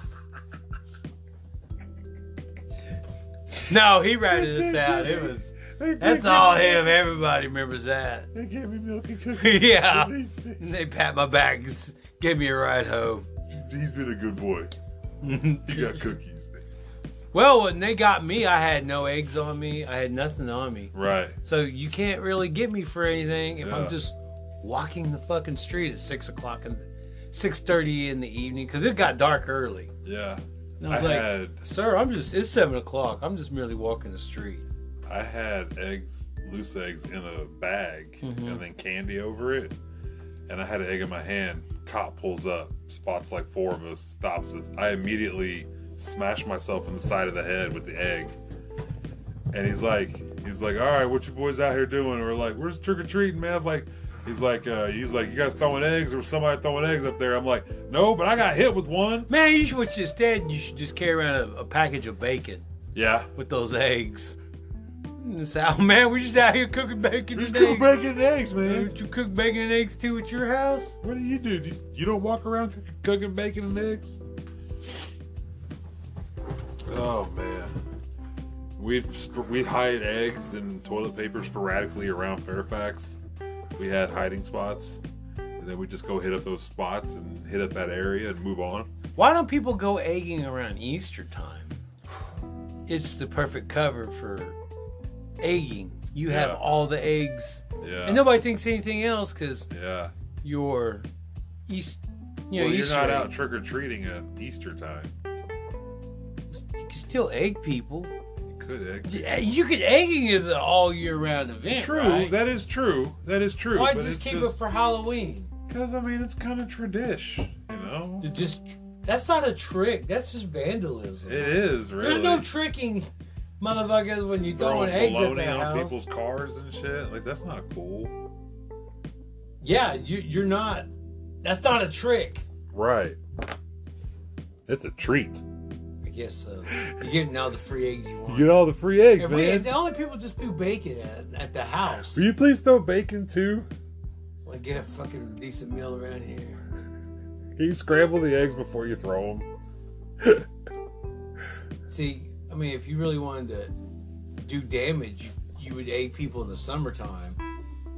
Speaker 2: No, he ratted us out. It was
Speaker 1: They did
Speaker 2: that's
Speaker 1: give
Speaker 2: all
Speaker 1: me-
Speaker 2: him. Everybody remembers that.
Speaker 1: They gave me milk and cookies.
Speaker 2: yeah.
Speaker 1: At least they-
Speaker 2: And they pat my back and s- gave me a ride home.
Speaker 1: He's been a good boy. He got cookies.
Speaker 4: Well, when they got me, I had no eggs on me. I had nothing on me.
Speaker 1: Right.
Speaker 4: So you can't really get me for anything if
Speaker 1: Yeah.
Speaker 4: I'm just walking the fucking street at six o'clock and six thirty in the evening because it got dark early.
Speaker 1: Yeah.
Speaker 4: And I was
Speaker 1: I
Speaker 4: like,
Speaker 1: had
Speaker 4: "Sir, I'm just it's seven o'clock. I'm just merely walking the street."
Speaker 1: I had eggs, loose eggs in a bag, and then candy over it. And I had an egg in my hand. Cop pulls up, spots like four of us, stops us. I immediately smash myself in the side of the head with the egg. And he's like, he's like, all right, what you boys out here doing? And we're like, we're just trick or treating, man. I was like, he's like, uh, he's like, you guys throwing eggs or somebody throwing eggs up there? I'm like, no, but I got hit with one.
Speaker 4: Man, you should what you instead you should just carry around a, a package of bacon
Speaker 1: Yeah.
Speaker 4: with those eggs. And it's like, oh man, we're just out here cooking bacon
Speaker 1: You're
Speaker 4: and
Speaker 1: still
Speaker 4: eggs.
Speaker 1: bacon and eggs, man.
Speaker 4: Don't you cook bacon and eggs too at your house?
Speaker 1: What do you do? Do you- You don't walk around cook- cooking bacon and eggs? Oh man, we sp- we hide eggs and toilet paper sporadically around Fairfax. We had hiding spots, and then we just go hit up those spots and hit up that area and move on.
Speaker 4: Why don't people go egging around Easter time? It's the perfect cover for egging. You have
Speaker 1: Yeah.
Speaker 4: all the eggs,
Speaker 1: Yeah,
Speaker 4: and nobody thinks anything else because
Speaker 1: yeah.
Speaker 4: you're East. You know,
Speaker 1: well, you're
Speaker 4: Easter
Speaker 1: not
Speaker 4: egg.
Speaker 1: out trick or treating at Easter time.
Speaker 4: You can still egg people.
Speaker 1: You could egg.
Speaker 4: Yeah, You could egging is an all year round event,
Speaker 1: True,
Speaker 4: right?
Speaker 1: that is true. That is true.
Speaker 2: Why
Speaker 1: but
Speaker 2: just
Speaker 1: it's
Speaker 2: keep
Speaker 1: just,
Speaker 2: it for Halloween?
Speaker 1: Because I mean, it's kind of tradition, you know.
Speaker 2: To just that's not a trick. That's just vandalism.
Speaker 1: It is really.
Speaker 2: There's no tricking motherfuckers when you
Speaker 1: throwing
Speaker 2: throwing eggs at
Speaker 1: bologna
Speaker 2: their
Speaker 1: on
Speaker 2: house.
Speaker 1: people's cars and shit. Like that's not cool.
Speaker 2: Yeah, you you're not. That's not a trick.
Speaker 1: Right. It's a treat.
Speaker 2: I guess so. You're getting all the free eggs you want.
Speaker 1: You get all the free eggs,
Speaker 2: If we, if the
Speaker 1: man.
Speaker 2: only people just do bacon at, at the house,
Speaker 1: Will you please throw bacon too?
Speaker 2: like get a fucking decent meal around here.
Speaker 1: Can you scramble the eggs before you throw them?
Speaker 2: See, I mean, if you really wanted to do damage, you, you would egg people in the summertime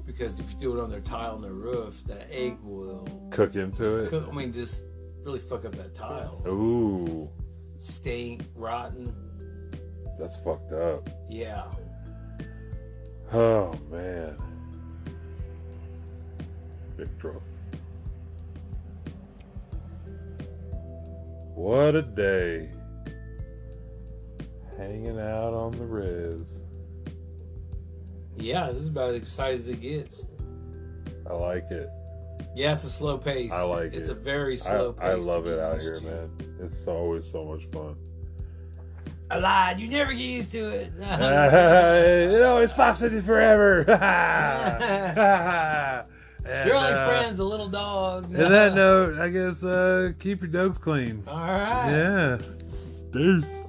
Speaker 2: because if you do it on their tile and their roof, that egg will.
Speaker 1: Cook into it.
Speaker 2: cook- I mean, just really fuck up that tile.
Speaker 1: Ooh,
Speaker 2: Stink, rotten.
Speaker 1: that's fucked up.
Speaker 2: Yeah.
Speaker 1: Oh man. Big truck. What a day. Hanging out on the res.
Speaker 2: Yeah, this is about as excited as it gets.
Speaker 1: I like it.
Speaker 2: Yeah, it's a slow pace.
Speaker 1: I like
Speaker 2: It's
Speaker 1: it.
Speaker 2: a very
Speaker 1: I,
Speaker 2: slow pace.
Speaker 1: I
Speaker 2: to
Speaker 1: love
Speaker 2: get
Speaker 1: it out
Speaker 2: used
Speaker 1: here,
Speaker 2: to.
Speaker 1: man. It's always so much fun.
Speaker 2: I lied. You never get used to it.
Speaker 1: it always fucks with you forever.
Speaker 2: You're only friends, a little dog.
Speaker 1: uh, And that note, I guess uh, keep your dogs clean.
Speaker 2: All right.
Speaker 1: Yeah. Deuce.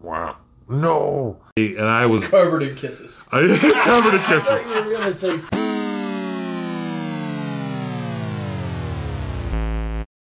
Speaker 1: Wow. No. And I was
Speaker 7: Covered in kisses.
Speaker 1: I, covered in kisses.
Speaker 7: We're gonna say